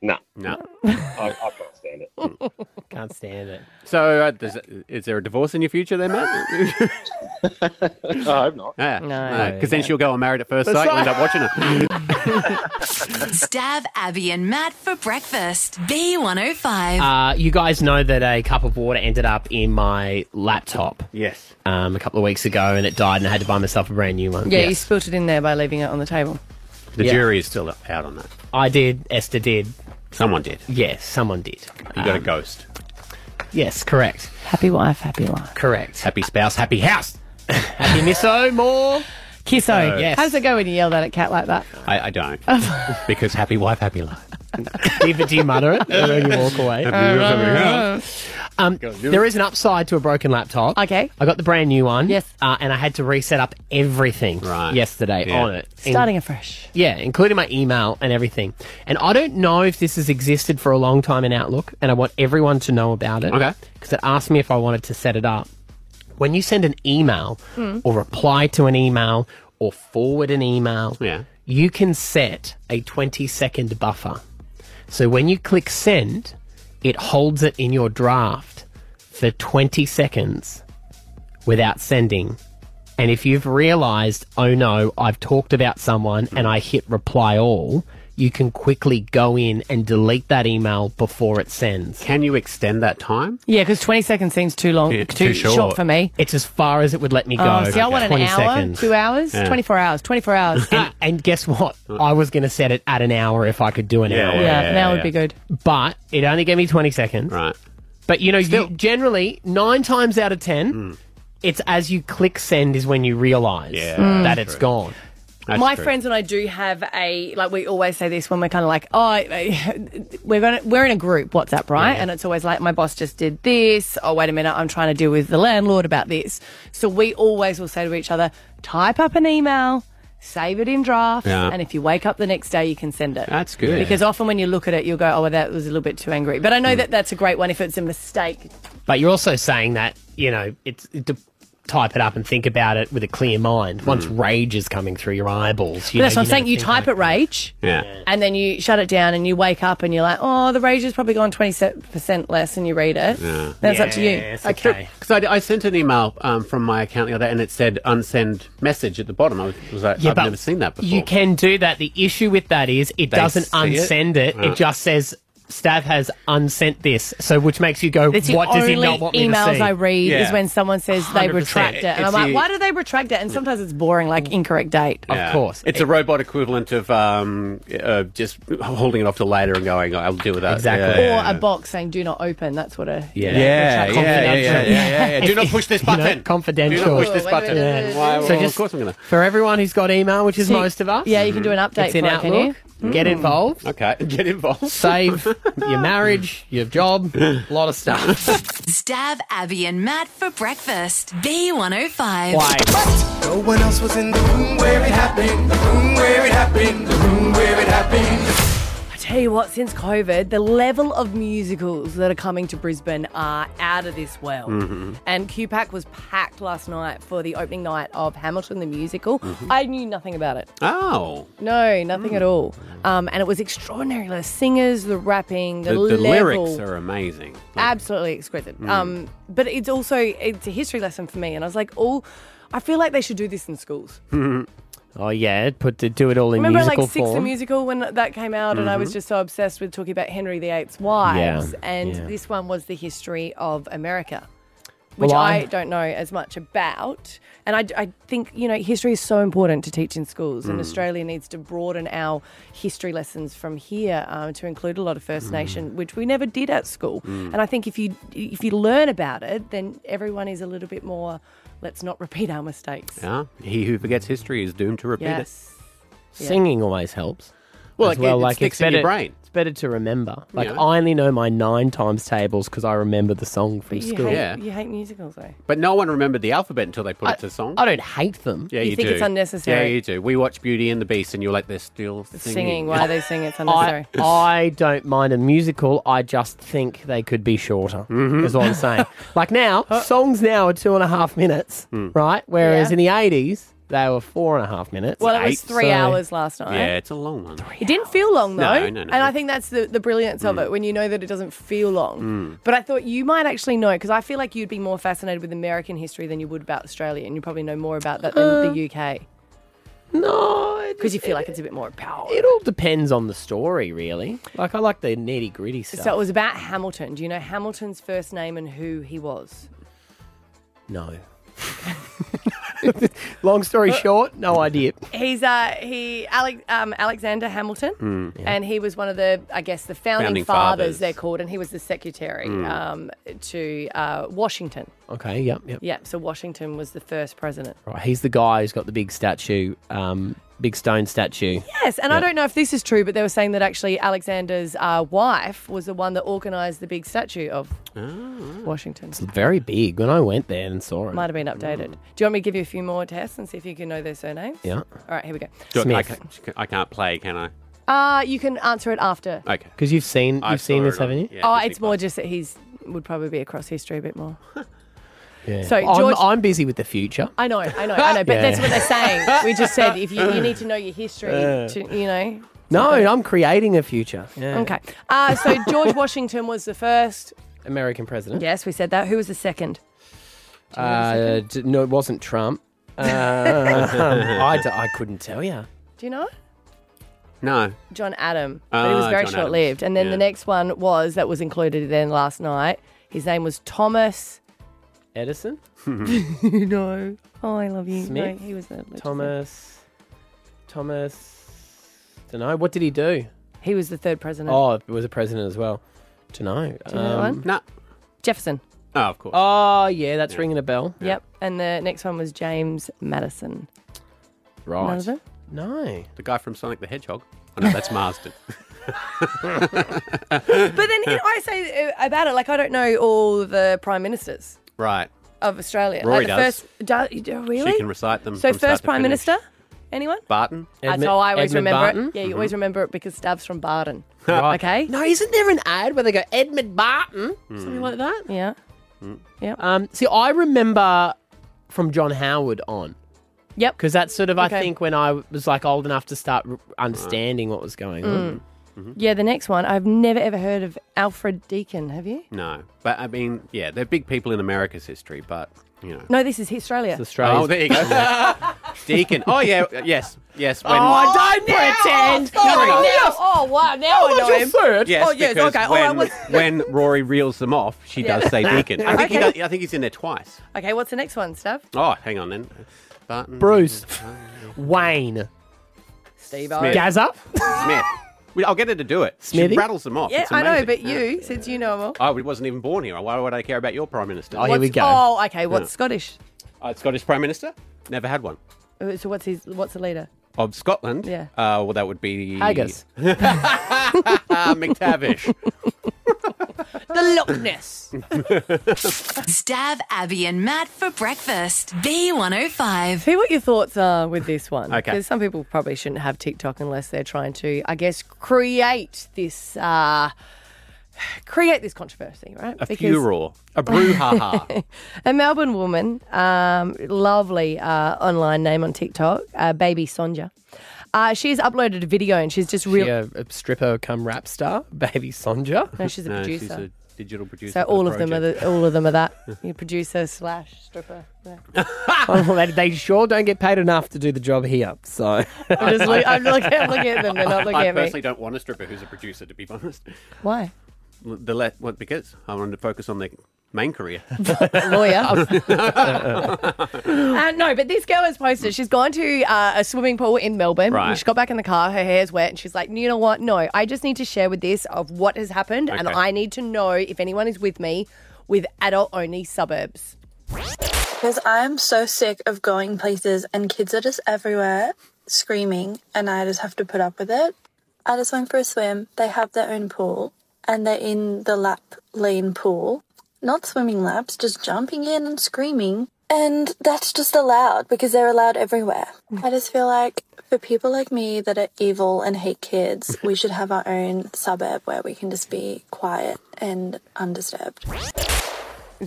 No.
No.
I, I can't stand it.
Can't stand it.
So, uh, does, is there a divorce in your future then, Matt?
I hope not.
Yeah.
No.
Because then she'll go on Married at First Sight and end up watching it.
Stab Abby and Matt for breakfast. B105.
Uh, you guys know that a cup of water ended up in my laptop.
Yes.
Um, a couple of weeks ago, and it died, and I had to buy myself a brand new one.
Yeah, you
Yes.
spilt it in there by leaving it on the table.
The
Yeah.
jury is still out on that.
I did. Esther did.
Someone did.
Yes, someone did.
You got a
Um,
ghost.
Yes, correct.
Happy wife, happy life.
Correct.
Happy spouse, happy house.
happy misso, more.
Kisso.
Oh.
yes.
Yes.
How does it go when you yell that at a cat like that?
I, I don't. because happy wife, happy life.
Even do you mutter it, and then you walk away.
Uh,
Uh,
Um, there is an upside to a broken laptop.
Okay.
I got the brand new one. Yes. Uh, and I had to reset up everything yesterday
Yeah.
on it. In-
Starting afresh.
yeah, including my email and everything. And I don't know if this has existed for a long time in Outlook, and I want everyone to know about it.
Okay.
Because it asked me if I wanted to set it up. When you send an email
Mm.
or reply to an email or forward an email, yeah. you can set a 20 second buffer. So when you click send, it holds it in your draft for 20 seconds without sending. And if you've realized, oh no, I've talked about someone and I hit reply all, you can quickly go in and delete that email before it sends.
Can you extend that time?
Yeah, because 20 seconds seems too long, too, short. for me.
It's as far as it would let me go.
Oh, see, I want an
20
hour,
seconds.
two hours,
Yeah.
24 hours, 24 hours.
and, and guess what? I was going to set it at an hour if I could do an
Yeah,
hour.
yeah, an hour would be good.
But it only gave me 20 seconds. Right. But you know, you, generally, nine times out of 10,
Hmm.
it's as you click send is when you realize
Mm.
that
that's
it's gone.
my friends and I do have a like. We always say this when we're kind of like, oh, eh, we're gonna we're in a group WhatsApp, right? And it's always like, my boss just did this. Oh, wait a minute, I'm trying to deal with the landlord about this. So we always will say to each other, type up an email. Save it in drafts,
Yeah.
and if you wake up the next day, you can send it.
That's good.
Because often when you look at it, you'll go, "Oh, well, that was a little bit too angry." But I know that that's a great one if it's a mistake.
But you're also saying that, you know, it's to type it up and think about it with a clear mind. Once
Hmm.
rage is coming through your eyeballs,
But
you
that's
know,
what I'm saying. You type it rage,
Yeah.
and then you shut it down and you wake up and you're like, oh, the rage is probably gone 20% less and you read it.
Yeah.
That's up to you.
Because I, I sent an email um, from my account the other day and it said unsend message at the bottom. I was, was like,
Yeah,
I've
but
never seen that before.
You can do that. The issue with that is it
They
doesn't
see it? Uh.
unsend it. It,
Yeah.
just says Stav has unsent this. So which makes you go,
That's the
what does
only
he not want me to see?
emails I read is when someone says they
100%.
retract it. And
It's
I'm like,
the-
why do they retract it? And sometimes it's boring, like incorrect date.
Yeah. It's a robot equivalent of um, uh, just holding it off till later and going, I'll deal with that.
Exactly.
Yeah,
Or a box saying "Do not open." That's what a
Yeah.
retract-
Yeah, yeah, yeah, yeah,
confidential.
yeah, yeah, yeah. Do not push this
You know,
button.
confidential.
Do not push this
Wait a
button.
minute.
Yeah. Why-
So
well, of
just
course I'm gonna-
for everyone who's got email, which is
So you-
most of us.
yeah, you can do an update
It's in
for it, can you?
Outlook. Get
Mm.
involved.
Hmm. Okay, get involved.
Save your marriage, your job, a lot of stuff.
Stab Abby and Matt for breakfast. B105.
Why?
No one else was in the room where it happened. The room where it happened. The room where it happened.
I tell you what, since COVID, the level of musicals that are coming to Brisbane are out of this world.
Mm-hmm.
Mhm.
And QPAC was packed last night for the opening night of Hamilton the musical.
Mhm.
Mm-hmm.
I knew nothing about it.
Oh.
No, nothing at all. Um, and it was extraordinary. The singers, the rapping, the,
The, the
level.
lyrics are amazing.
absolutely exquisite.
Mm.
Um, but it's also it's a history lesson for me. And I was like, all I feel like they should do this in schools.
oh yeah, put to do it all in
Remember,
musical
like Six the
form.
musical when that came out, and I was
Mhm.
just so obsessed with talking about Henry VIII's wives,
Yeah,
and
yeah.
this one was the history of America. which
Well,
I,
I-
don't know as much about. And I, I think, you know, history is so important to teach in schools, and
Mm.
Australia needs to broaden our history lessons from here um, to include a lot of First
Mm.
Nation, which we never did at school.
Mm.
And I think if you if you learn about it, then everyone is a little bit more. Let's not repeat our mistakes.
Yeah. He who forgets history is doomed to repeat
Yes.
it.
Singing always helps.
Well,
as
it-
well,
it
like
sticks
it's
in
better,
your brain.
It's better to remember. Like
Yeah.
I only know my nine times tables because I remember the song from
But you
school.
hate, you hate musicals, though.
But no one remembered the alphabet until they put it to song. I
don't hate them.
Yeah,
You
you,
think
do.
it's unnecessary.
Yeah, you do. We watch Beauty and the Beast, and you're like, they're still singing.
Singing, why are they singing? It's unnecessary.
I, I don't mind a musical. I just think they could be shorter.
Mm-hmm.
Is what I'm saying. like now,
Uh.
songs now are two and a half minutes,
Hmm.
right? Whereas
Yeah.
in the '80s, they were four and a half minutes.
Well, it was three
so-
hours last night.
Yeah, it's a long one.
It didn't feel long though.
No, no, no.
And I think that's the, the brilliance of it when you know that it doesn't feel long.
Mm.
But I thought you might actually know because I feel like you'd be more fascinated with American history than you would about Australia, and you probably know more about that than the UK.
No,
because you feel like it's a bit more powerful.
It all depends on the story, really. Like I like the nitty gritty stuff.
So it was about Hamilton. Do you know Hamilton's first name and who he was?
no. Long story short, no idea.
He's uh he Alec, um, Alexander Hamilton,
Mm, yeah.
and he was one of the I guess the founding,
Founding
fathers,
fathers.
they're called, and he was the secretary
Mm.
um, to uh, Washington.
Okay, yep, yep.
Yeah, so Washington was the first president.
Right, he's the guy who's got the big statue, um, big stone statue.
Yes, and I
Yep.
don't know if this is true, but they were saying that actually Alexander's uh, wife was the one that organised the big statue of Washington.
Oh, It's very big. When I went there and saw it,
Might have been updated. Do you want me to give you a few more tests and see if you can know their surnames?
Yeah.
All right, here we go.
Do I, I
Smith.
can't, I can't play, can I?
Uh, you can answer it after.
Okay.
Because you've seen
I
you've seen
saw
this,
it on-
haven't you?
oh, it's more just that he's would probably be across history a bit more.
Yeah.
So,
I'm-
George-
I'm, busy with the future.
I know, I know, I know, but that's
Yeah.
what they're saying. We just said if you, you need to know your history,
Yeah.
to, you know.
No, I'm creating a future. Yeah.
Okay. Uh, so George Washington was the first.
American president.
Yes, we said that. Who was the second?
Uh, d- no, it wasn't Trump. Uh, I, d- I couldn't tell you.
Do you know?
No.
John Adam. But it was
Ah,
very
John
short lived.
Adams.
And then
Yeah.
the next one was that was included then last night. His name was Thomas.
Edison?
no. Oh, I love you.
Smith?
No, he was the
Thomas. Thomas. Don't know. What did he do?
He was the third president.
Oh, it was a president as well. Don't know.
Do Hmm. you know that one?
No.
Jefferson.
Oh, of course.
Oh, yeah, that's ringing a bell.
Yep. And the next one was James Madison.
Right.
None of them?
No.
The guy from Sonic the Hedgehog. Oh, no, that's Marsden.
but then you know, I say uh, about it, like, I don't know all the prime ministers
right.
of Australia.
Rory
like, the
does.
first. Do, you do- really?
She can recite them.
so,
from start
first
to
prime
finish.
minister? Anyone? Mm-hmm.
Barton.
That's how I always remember it. Yeah, you
Mhm.
always remember it because Stav's from Barton.
Right.
Okay.
No, isn't there an ad where they go Edmund Barton? Something like that?
Yeah. Yeah.
Um, see, I remember from John Howard on.
Yep.
Because that's sort of,
Okay.
I think, when I was like old enough to start r- understanding what was going
Mm.
on.
Yeah, the next one. I've never ever heard of Alfred Deakin. Have you?
No. But I mean, yeah, they're big people in America's history, but, you know.
No, this is Australia.
Oh, there you go. Deacon. Oh, yeah. Yes. Yes. When,
Oh, don't pretend.
sorry,
No, no.
yes.
Oh, wow. Now I
was
know
your
him.
third.
Yes,
oh, yes.
because
Okay.
When,
All right. What's,
when Rory reels them off, she
Yeah.
does say Deacon. I think, he
Okay.
does, I think he's in there twice.
okay. What's the next one, Stav?
Oh, hang on then. Barton.
Bruce. Wayne.
Steve
Smith.
Gazza.
Smith. Well, I'll get her to do it.
Smithy?
She rattles them off.
Yeah,
It's
I know,
amazing.
but you, since you know them all.
I wasn't even born here. Why would I care about your prime minister?
What's- Oh, okay. What's
Yeah.
Scottish?
Uh, Scottish prime minister? Never had one.
Uh, So what's his? What's the leader?
Of Scotland?
Yeah.
Uh, well, that would be uh,
Haggis.
McTavish.
The Loch Ness.
Stab Abby and Matt for breakfast. B105.
See what your thoughts are with this one.
Okay.
Because some people probably shouldn't have TikTok unless they're trying to, I guess, create this. Uh, Create this controversy, right?
A furor. A brouhaha.
a Melbourne woman, um, lovely uh, online name on TikTok, uh, Baby Sonja. Uh, she's uploaded a video and she's just
She
uh,
real.
a, a stripper come rap star, baby Sonja.
No, she's a No, she's producer.
a digital producer.
so all of them are the, all of them are that. Your producer slash stripper. well,
Oh, they, they sure don't get paid enough to do the job here. So
I'm just look- I'm looking- I'm looking at them, they're not looking
I
at me.
personally don't want a stripper who's a producer, to be honest.
Why?
The le- well, because I want to focus on the Main career.
Lawyer.
Lawyer.
Uh, no, but this girl has posted. She's gone to uh, a swimming pool in Melbourne.
Right.
And She got back in the car. Her hair's wet, and she's like, "You know what? No, I just need to share with this of what has happened, and
Okay.
I need to know if anyone is with me with adult-only suburbs."
Because I'm so sick of going places and kids are just everywhere screaming, and I just have to put up with it. I just went for a swim. They have their own pool, and they're in the lap lane pool. Not swimming laps, just jumping in and screaming. And that's just allowed because they're allowed everywhere. I just feel like for people like me that are evil and hate kids, we should have our own suburb where we can just be quiet and undisturbed.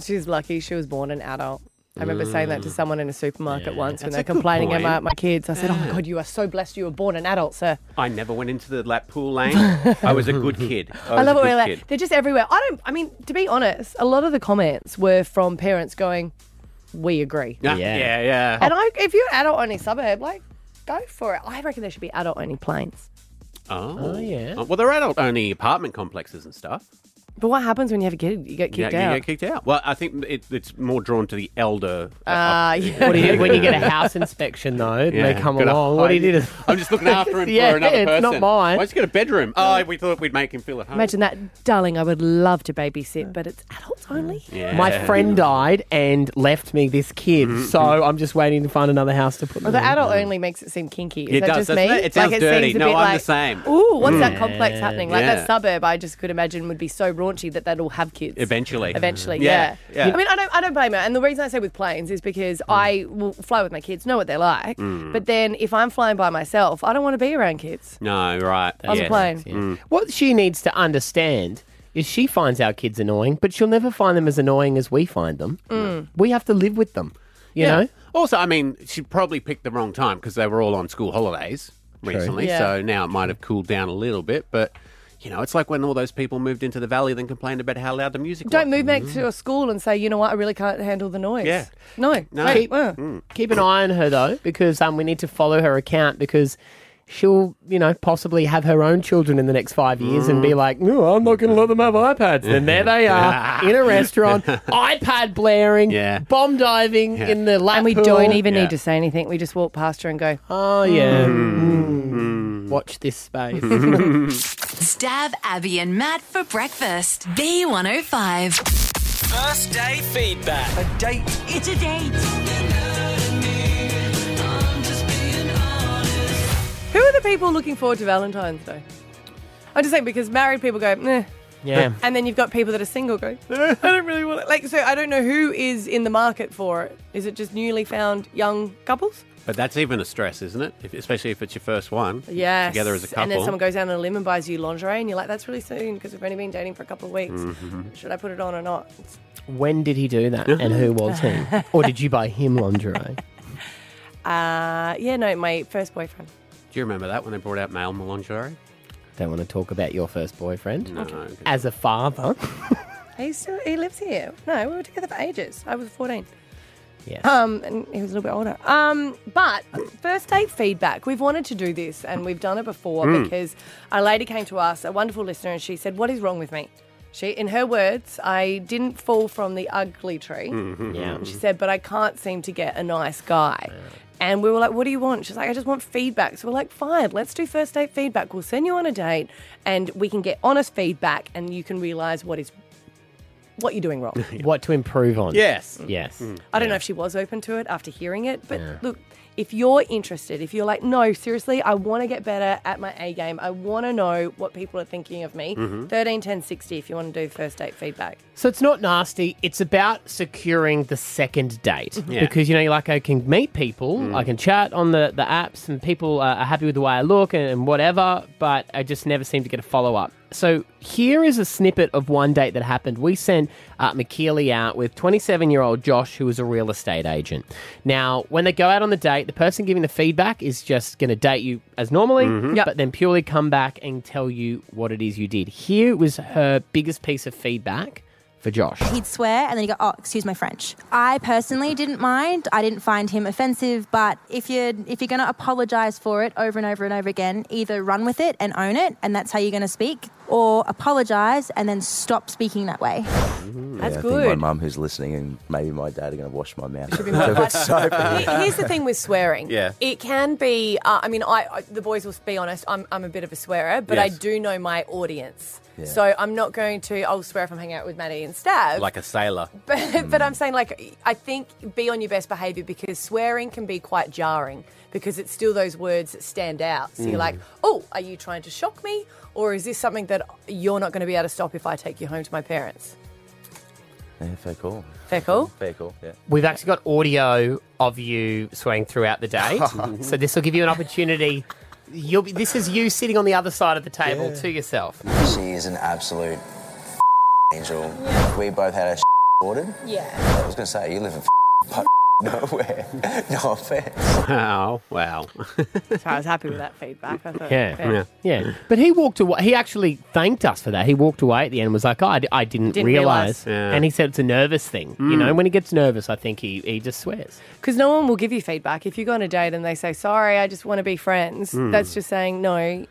She's lucky she was born an adult. I remember saying that to
Mm.
someone in a supermarket once when
That's
they're
a good
complaining
point.
about my kids. I said, "Oh my god, you are so blessed. You were born an adult, sir."
I never went into the lap pool lane. I was a good kid. I,
I, love it
was a
when
good
they're,
kid.
they're just everywhere. I don't. I mean, to be honest, a lot of the comments were from parents going, "We agree."
Yeah, yeah, yeah.
And I, if you're an adult only suburb, like, go for it. I reckon there should be adult only planes.
Oh.
Oh, yeah.
Well, they're adult-only apartment complexes and stuff.
But what happens when you have a kid? You get
Yeah,
kicked
you
out.
get kicked out. Well, I think it, it's more drawn to the elder. uh,
Ah, yeah.
What do you do when you get a house inspection though? and
Yeah,
They come
gotta
along. What do you do?
hide-
to-
I'm just looking after him
Yeah,
for another
it's
person.
not mine.
Why don't you get a bedroom? Oh, we thought we'd make him feel at home.
Imagine that, darling. I would love to babysit, but it's adults only.
My friend died and left me this kid,
Mhm.
so I'm just waiting to find another house to put.
Well,
them
the
in.
adult only makes it seem kinky. Is
It
that
does,
just
doesn't
me?
it? It sounds
like, it
dirty.
Seems a
No,
bit
I'm the
like,
same.
Ooh, what's
Mm.
that complex happening? Like
Yeah.
that suburb, I just could imagine would be so raunchy that that'll have kids.
Eventually.
Eventually,
Yeah,
yeah.
yeah. Hmm.
I mean, I don't, I don't blame her. And the reason I say with planes is because I will fly with my kids, know what they're like.
Mm.
But then if I'm flying by myself, I don't want to be around kids.
No, right.
On the
yes.
plane.
Mm.
What she needs to understand is she finds our kids annoying, but she'll never find them as annoying as we find them.
Mm.
We have to live with them, you
Yeah.
know?
Also, I mean, she probably picked the wrong time because they were all on school holidays recently.
Yeah.
So now it might have cooled down a little bit, but. You know, it's like when all those people moved into the valley, then complained about how loud the music
Don't
was.
move back to a school and say, you know what, I really can't handle the noise.
Hmm. Yeah. Hmm.
No. uh.
No.
Wait,
Keep-
well.
Keep an eye on her, though, because um, we need to follow her account because she'll, you know, possibly have her own children in the next five years and be like, no, I'm not going to let them have iPads. and there they are in a restaurant, iPad blaring, bomb diving
Yeah.
in the lap
And we
pool.
don't even need to say anything. We just walk past her and go,
oh, yeah. Mm. Watch this space.
Stab Abby and Matt for breakfast. B105.
First day feedback. A date. It's a date.
Who are the people looking forward to Valentine's Day? I just think because married people go, eh.
Yeah.
And then you've got people that are single go, eh, I don't really want it. Like, so I don't know who is in the market for it. Is it just newly found young couples?
But that's even a stress, isn't it? If, especially if it's your first one.
Yes.
Together as a couple.
And then someone goes down on a limb and buys you lingerie, and you're like, that's really soon because we've only been dating for a couple of weeks.
Mm-hmm.
Mhm.
Should I put it on or not?
When did he do that? and who was he? Or did you buy him lingerie?
Uh, yeah, no, my first boyfriend.
Do you remember that when they brought out male lingerie?
Don't want to talk about your first boyfriend.
No, okay.
As a father.
He still he lives here. No, we were together for ages. I was fourteen.
Yeah.
Um, and he was a little bit older. Um, but first date feedback. We've wanted to do this, and we've done it before
Mm.
because a lady came to us, a wonderful listener, and she said, "What is wrong with me?" She, in her words, I didn't fall from the ugly tree.
Mhm. Yeah.
And She said, but I can't seem to get a nice guy. And we were like, what do you want? She's like, I just want feedback. So we're like, fine, let's do first date feedback. We'll send you on a date and we can get honest feedback and you can realize what is what you're doing wrong.
What to improve on.
Yes.
Yes.
I don't know if she was open to it after hearing it, but
Yeah.
look, if you're interested, if you're like, no, seriously, I want to get better at my A game, I want to know what people are thinking of me.
Mhm.
Thirteen, ten, sixty. if you want to do first date feedback.
So it's not nasty. It's about securing the second date
Yeah.
because you know, you're like I can meet people, I can chat on the, the apps, and people are, are happy with the way I look and, and whatever. But I just never seem to get a follow up. So here is a snippet of one date that happened. We sent uh, McKeely out with 27 year old Josh, who is a real estate agent. Now, when they go out on the date, the person giving the feedback is just going to date you as normally, but then purely come back and tell you what it is you did. Here was her biggest piece of feedback for Josh.
He'd swear and then he'd go, "Oh, excuse my French." I personally didn't mind. I didn't find him offensive, but if you're if you're going to apologize for it over and over and over again, either run with it and own it, and that's how you're going to speak, or apologize and then stop speaking that way.
That's I Think my
good.
mum, who's listening, and maybe my dad are going to wash my mouth.
Should be
So
more like-
it's so bad.
Here- Here's the thing with swearing.
Yeah.
It can be, uh, I mean, I, I the boys will be honest, I'm, I'm a bit of a swearer, but I
Yes.
do know my audience.
Yeah.
So I'm not going to, I'll swear if I'm hanging out with Maddie and Stab.
Like mm. a sailor.
But, but I'm saying, like, I think be on your best behavior because swearing can be quite jarring because it's still those words that stand out. So you're
Mm.
like, oh, are you trying to shock me? Or is this something that you're not going to be able to stop if I take you home to my parents?
Yeah, fair call.
Fair call?
Fair call. Yeah.
We've actually got audio of you swearing throughout the day, so this will give you an opportunity. You'll be, this is you sitting on the other side of the table
Yeah.
to yourself.
She is an absolute angel. We both had our ordered.
Yeah.
I was going to say, you live in nowhere. no offense.
Wow. Wow.
So I was happy with that feedback. I thought,
Yeah. yeah, But he walked away. He actually thanked us for that. He walked away at the end. and Was like, oh, I, d- I didn't,
Didn't realise.
realize.
Yeah.
And he said it's a nervous thing. You
Mm.
know, when he gets nervous, I think he, he just swears.
Because no one will give you feedback. If you go on a date and they say, sorry, I just want to be friends,
Mm.
that's just saying, no, I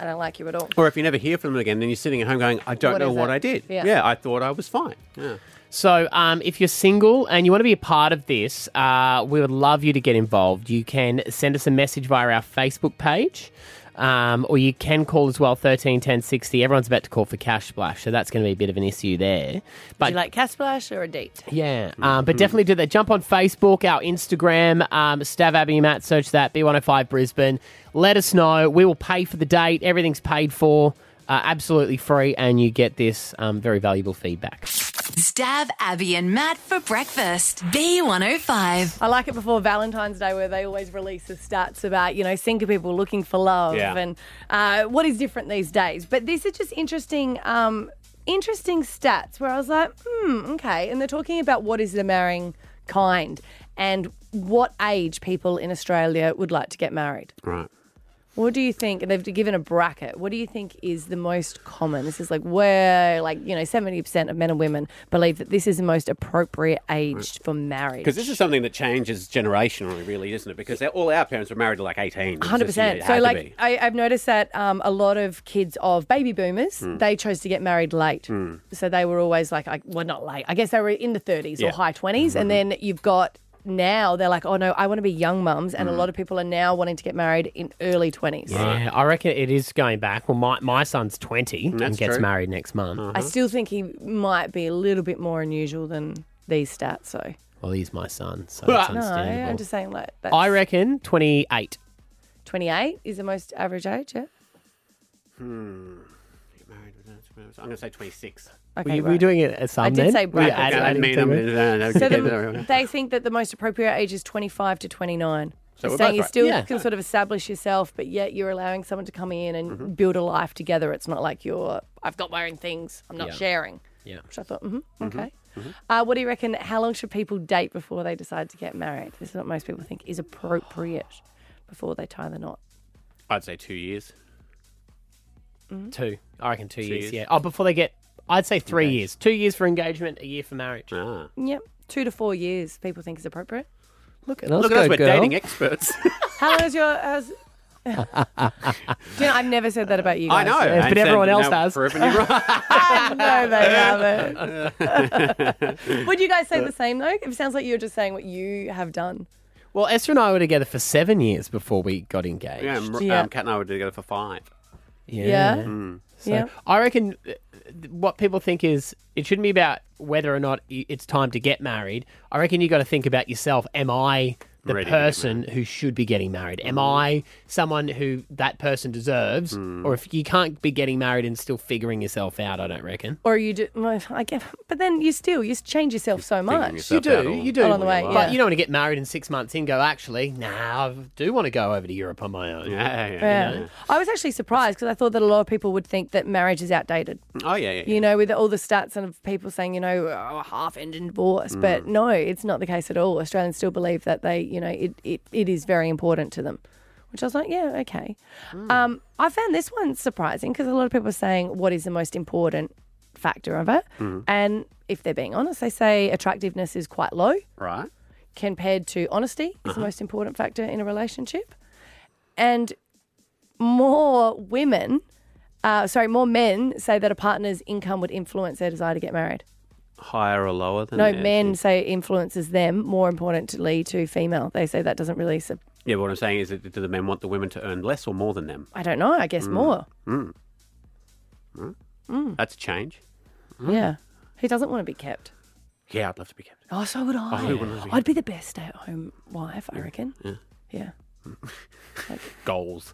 don't like you at all.
Or if you never hear from them again, then you're sitting at home going, I don't
What
know
is
what
it?
I did.
Yeah.
I thought I was fine. Yeah.
So, um, if you're single and you want to be a part of this, uh, we would love you to get involved. You can send us a message via our Facebook page, um, or you can call as well thirteen ten sixty. Everyone's about to call for cash splash, so that's going to be a bit of an issue there.
Do you like Casplash or a date?
Yeah, um, but definitely do that. Jump on Facebook, our Instagram, um, Stav Abbey and Matt. Search that B105 Brisbane. Let us know. We will pay for the date. Everything's paid for, uh, absolutely free, and you get this um, very valuable feedback.
Stab Abby and Matt for breakfast. B105.
I like it before Valentine's Day where they always release the stats about, you know, single people looking for love
Yeah.
and uh, what is different these days. But these are just interesting, um, interesting stats where I was like, hmm, okay. And they're talking about what is the marrying kind and what age people in Australia would like to get married.
Right.
What do you think? And they've given a bracket. What do you think is the most common? This is like where, like, you know, 70% of men and women believe that this is the most appropriate age for marriage.
Because this is something that changes generationally, really, isn't it? Because all our parents were married at like 18. It was
Hundred
just, you know, it
percent.
had
So,
to
like,
be.
I, I've noticed that um, a lot of kids of baby boomers
Mm.
they chose to get married late.
Hmm.
So they were always like, I, well, not late. I guess they were in the thirties
Yeah.
or high 20s and
Mm-hmm.
then you've got now they're like, oh no, I want to be young mums, and a
Hmm.
Mm.
lot of people are now wanting to get married in early twenties.
Yeah, I reckon it is going back. Well, my, my son's 20
Mm,
and gets
true.
married next month.
I still think he might be a little bit more unusual than these stats. So
Well, he's my son, so
no,
it's understandable.
I'm just saying like that's
I reckon 28.
28 is the most average age. Yeah.
Hmm. I'm going to say 26.
Were you- were you doing it at some
I did
then?
say
Were you
bracket.
add-
Okay, I
adding
mean,
to
I'm-
it?
no, no, no,
So
okay,
the-
no, no.
they think that the most appropriate age is 25 to 29.
So
It's
we're
saying
both
you
right.
still
Yeah.
can sort of establish yourself, but yet you're allowing someone to come in and build a life together. It's not like you're, I've got my own things, I'm not
Yeah.
sharing.
Yeah.
Which I thought, mm hmm,
Mhm.
okay. Uh, what do you reckon? How long should people date before they decide to get married? This is what most people think is appropriate before they tie the knot.
I'd say two years.
Two. I reckon two,
Two
years,
years.
yeah. Oh, before they get, I'd say three years. Two years for engagement, a year for marriage.
Yep. Two to four years, people think is appropriate.
Look
at us Look at us, go, we're girl. dating experts.
How long is your. How's, Do you know, I've never said that about you
I
guys.
know. and so, you know, Proven you wrong.
I know they haven't. Would you guys say the same though? It sounds like you're just saying what you have done.
Well, Esther and I were together for seven years before we got engaged.
Yeah, um,
Yeah.
Kat and I were together for five.
Yeah.
Mm.
So
Yeah.
I reckon uh, th- what people think is it shouldn't be about whether or not i- it's time to get married. I reckon you got to think about yourself. Am I the
Ready to get
person who should be getting married? Am I someone who that person deserves?
Hmm.
Or if you can't be getting married and still figuring yourself out, I don't reckon.
Or you do, well, I guess, but then you still, you change yourself so much.
You do, you do.
Along the way,
But
yeah.
you don't want to get married in six months and go, actually, nah, I do want to go over to Europe on my own.
Yeah, yeah,
Yeah. I was actually surprised because I thought that a lot of people would think that marriage is outdated.
Oh, yeah, yeah.
You know, with all the stats and people saying, you know, oh, half engine divorce. But
Mm.
no, it's not the case at all. Australians still believe that they, you know, it, it, it is very important to them, which I was like, yeah, okay.
Mm.
Um, I found this one surprising because a lot of people are saying, what is the most important factor of it?
Mm.
Mhm.
And if they're being honest, they say attractiveness is quite low
Right.
compared to honesty is
Uh-huh.
the most important factor in a relationship. And more women uh, sorry, more men say that a partner's income would influence their desire to get married.
Higher or lower than
no,
theirs.
men say it influences them more importantly to female. They say that doesn't really. Sub-
Yeah, but what I'm saying is, that do the men want the women to earn less or more than them?
I don't know. I guess
Mm.
more.
Mm. Mm.
Mm.
That's a change. Mm.
Yeah. Who doesn't want to be kept?
Yeah, I'd love to be kept.
Oh, so would I.
who wouldn't be?
I'd be the best stay-at-home wife, I reckon.
Yeah.
Yeah.
Goals.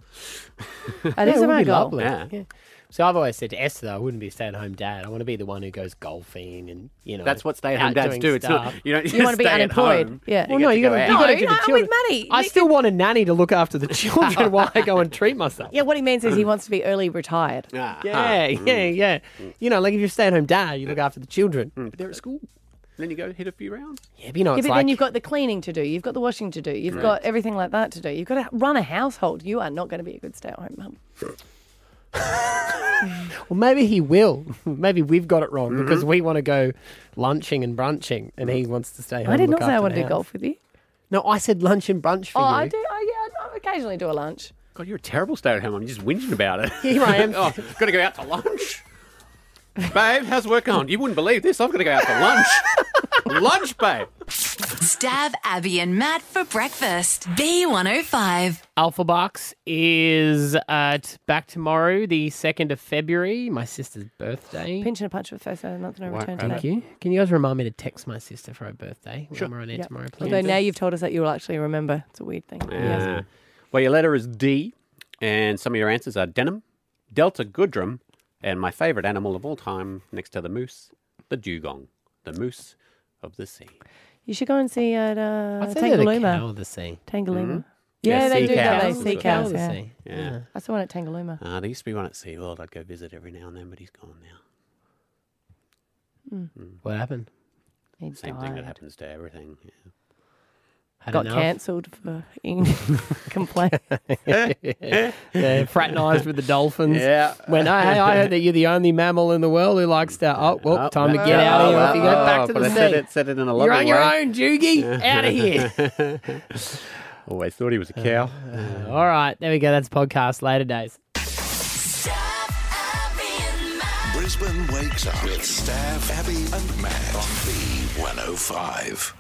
That is
it would
my
be
goal.
lovely.
Yeah.
Yeah. So I've always said to Esther, though, I wouldn't be a stay-at-home dad. I want to be the one who goes golfing and you know.
That's what stay-at-home
out
dads
doing
do. It's not-
stuff.
you don't You just wanna be stay at unemployed. home. Yeah.
Well,
You
no,
get
you
to
got to
go
you
out.
got to do
No,
the
no, I'm
children.
with Maddie.
I still want a nanny to look after the children while I go and treat myself.
Yeah, what he means is he wants to be early retired.
Yeah,
Yeah,
Mm.
yeah, yeah. You know, like if you're a stay-at-home dad, you look after the children.
But they're at school. Then you go hit a few rounds.
Yeah, but you know,
yeah,
it's
but
like
then you've got the cleaning to do, you've got the washing to do, you've
Right.
got everything like that to do. You've got to run a household. You are not going to be a good stay-at-home mum.
Well, maybe he will. maybe we've got it wrong
Mm-hmm.
because we want to go lunching and brunching, and
Mm.
he wants to stay home.
I did
and look
not say I
after
want
the
to do
house.
golf with you.
No, I said lunch and brunch for
oh,
you.
I do. I, yeah, I occasionally do a lunch.
God, you're a terrible stay-at-home. I'm just whinging about it.
Here I am.
oh, got to go out to lunch. babe, how's work going? You wouldn't believe this. I've got to go out for lunch. lunch, babe.
Stab Abby and Matt for breakfast. B105.
Alpha Box is uh, t- back tomorrow, the 2nd of February, my sister's birthday.
Pinch and a punch with first and nothing no
Right,
return to
Thank
that.
you. Can you guys remind me to text my sister for her birthday when
Sure.
we're on air
Yep.
tomorrow, please?
Although now you've told us that you'll actually remember. It's a weird thing.
Yeah. Well, your letter is D, and some of your answers are denim, delta goodrum, and my favourite animal of all time, next to the moose, the dugong, the moose of the sea.
You should go and see at uh,
I'd say they're the Hmm? cow
Tangalooma.
of the sea.
Tangaluma.
Mhm.
Yeah,
Yeah,
they
sea
do, don't
cows.
they? Sea
Cow of
cows,
the
yeah.
sea. Yeah.
I saw one at Tangaluma.
Uh, there used to be one at SeaWorld I'd go visit every now and then, but he's gone now.
What happened?
Same thing that happens to everything. Yeah.
Got cancelled for in complaint.
yeah, fraternised with the dolphins.
Yeah.
When I, hey, I heard that you're the only mammal in the world who likes to. Oh, well, time to get out of here. Off you go back to the
but
sea.
I said it, said it in a lovely
You're on your
way.
own, Jugie. Out of here.
here. Always Oh, thought he was a cow.
All right, there we go. That's podcast later days.
oh Brisbane wakes up with Stav, Abby, and Matt on B105.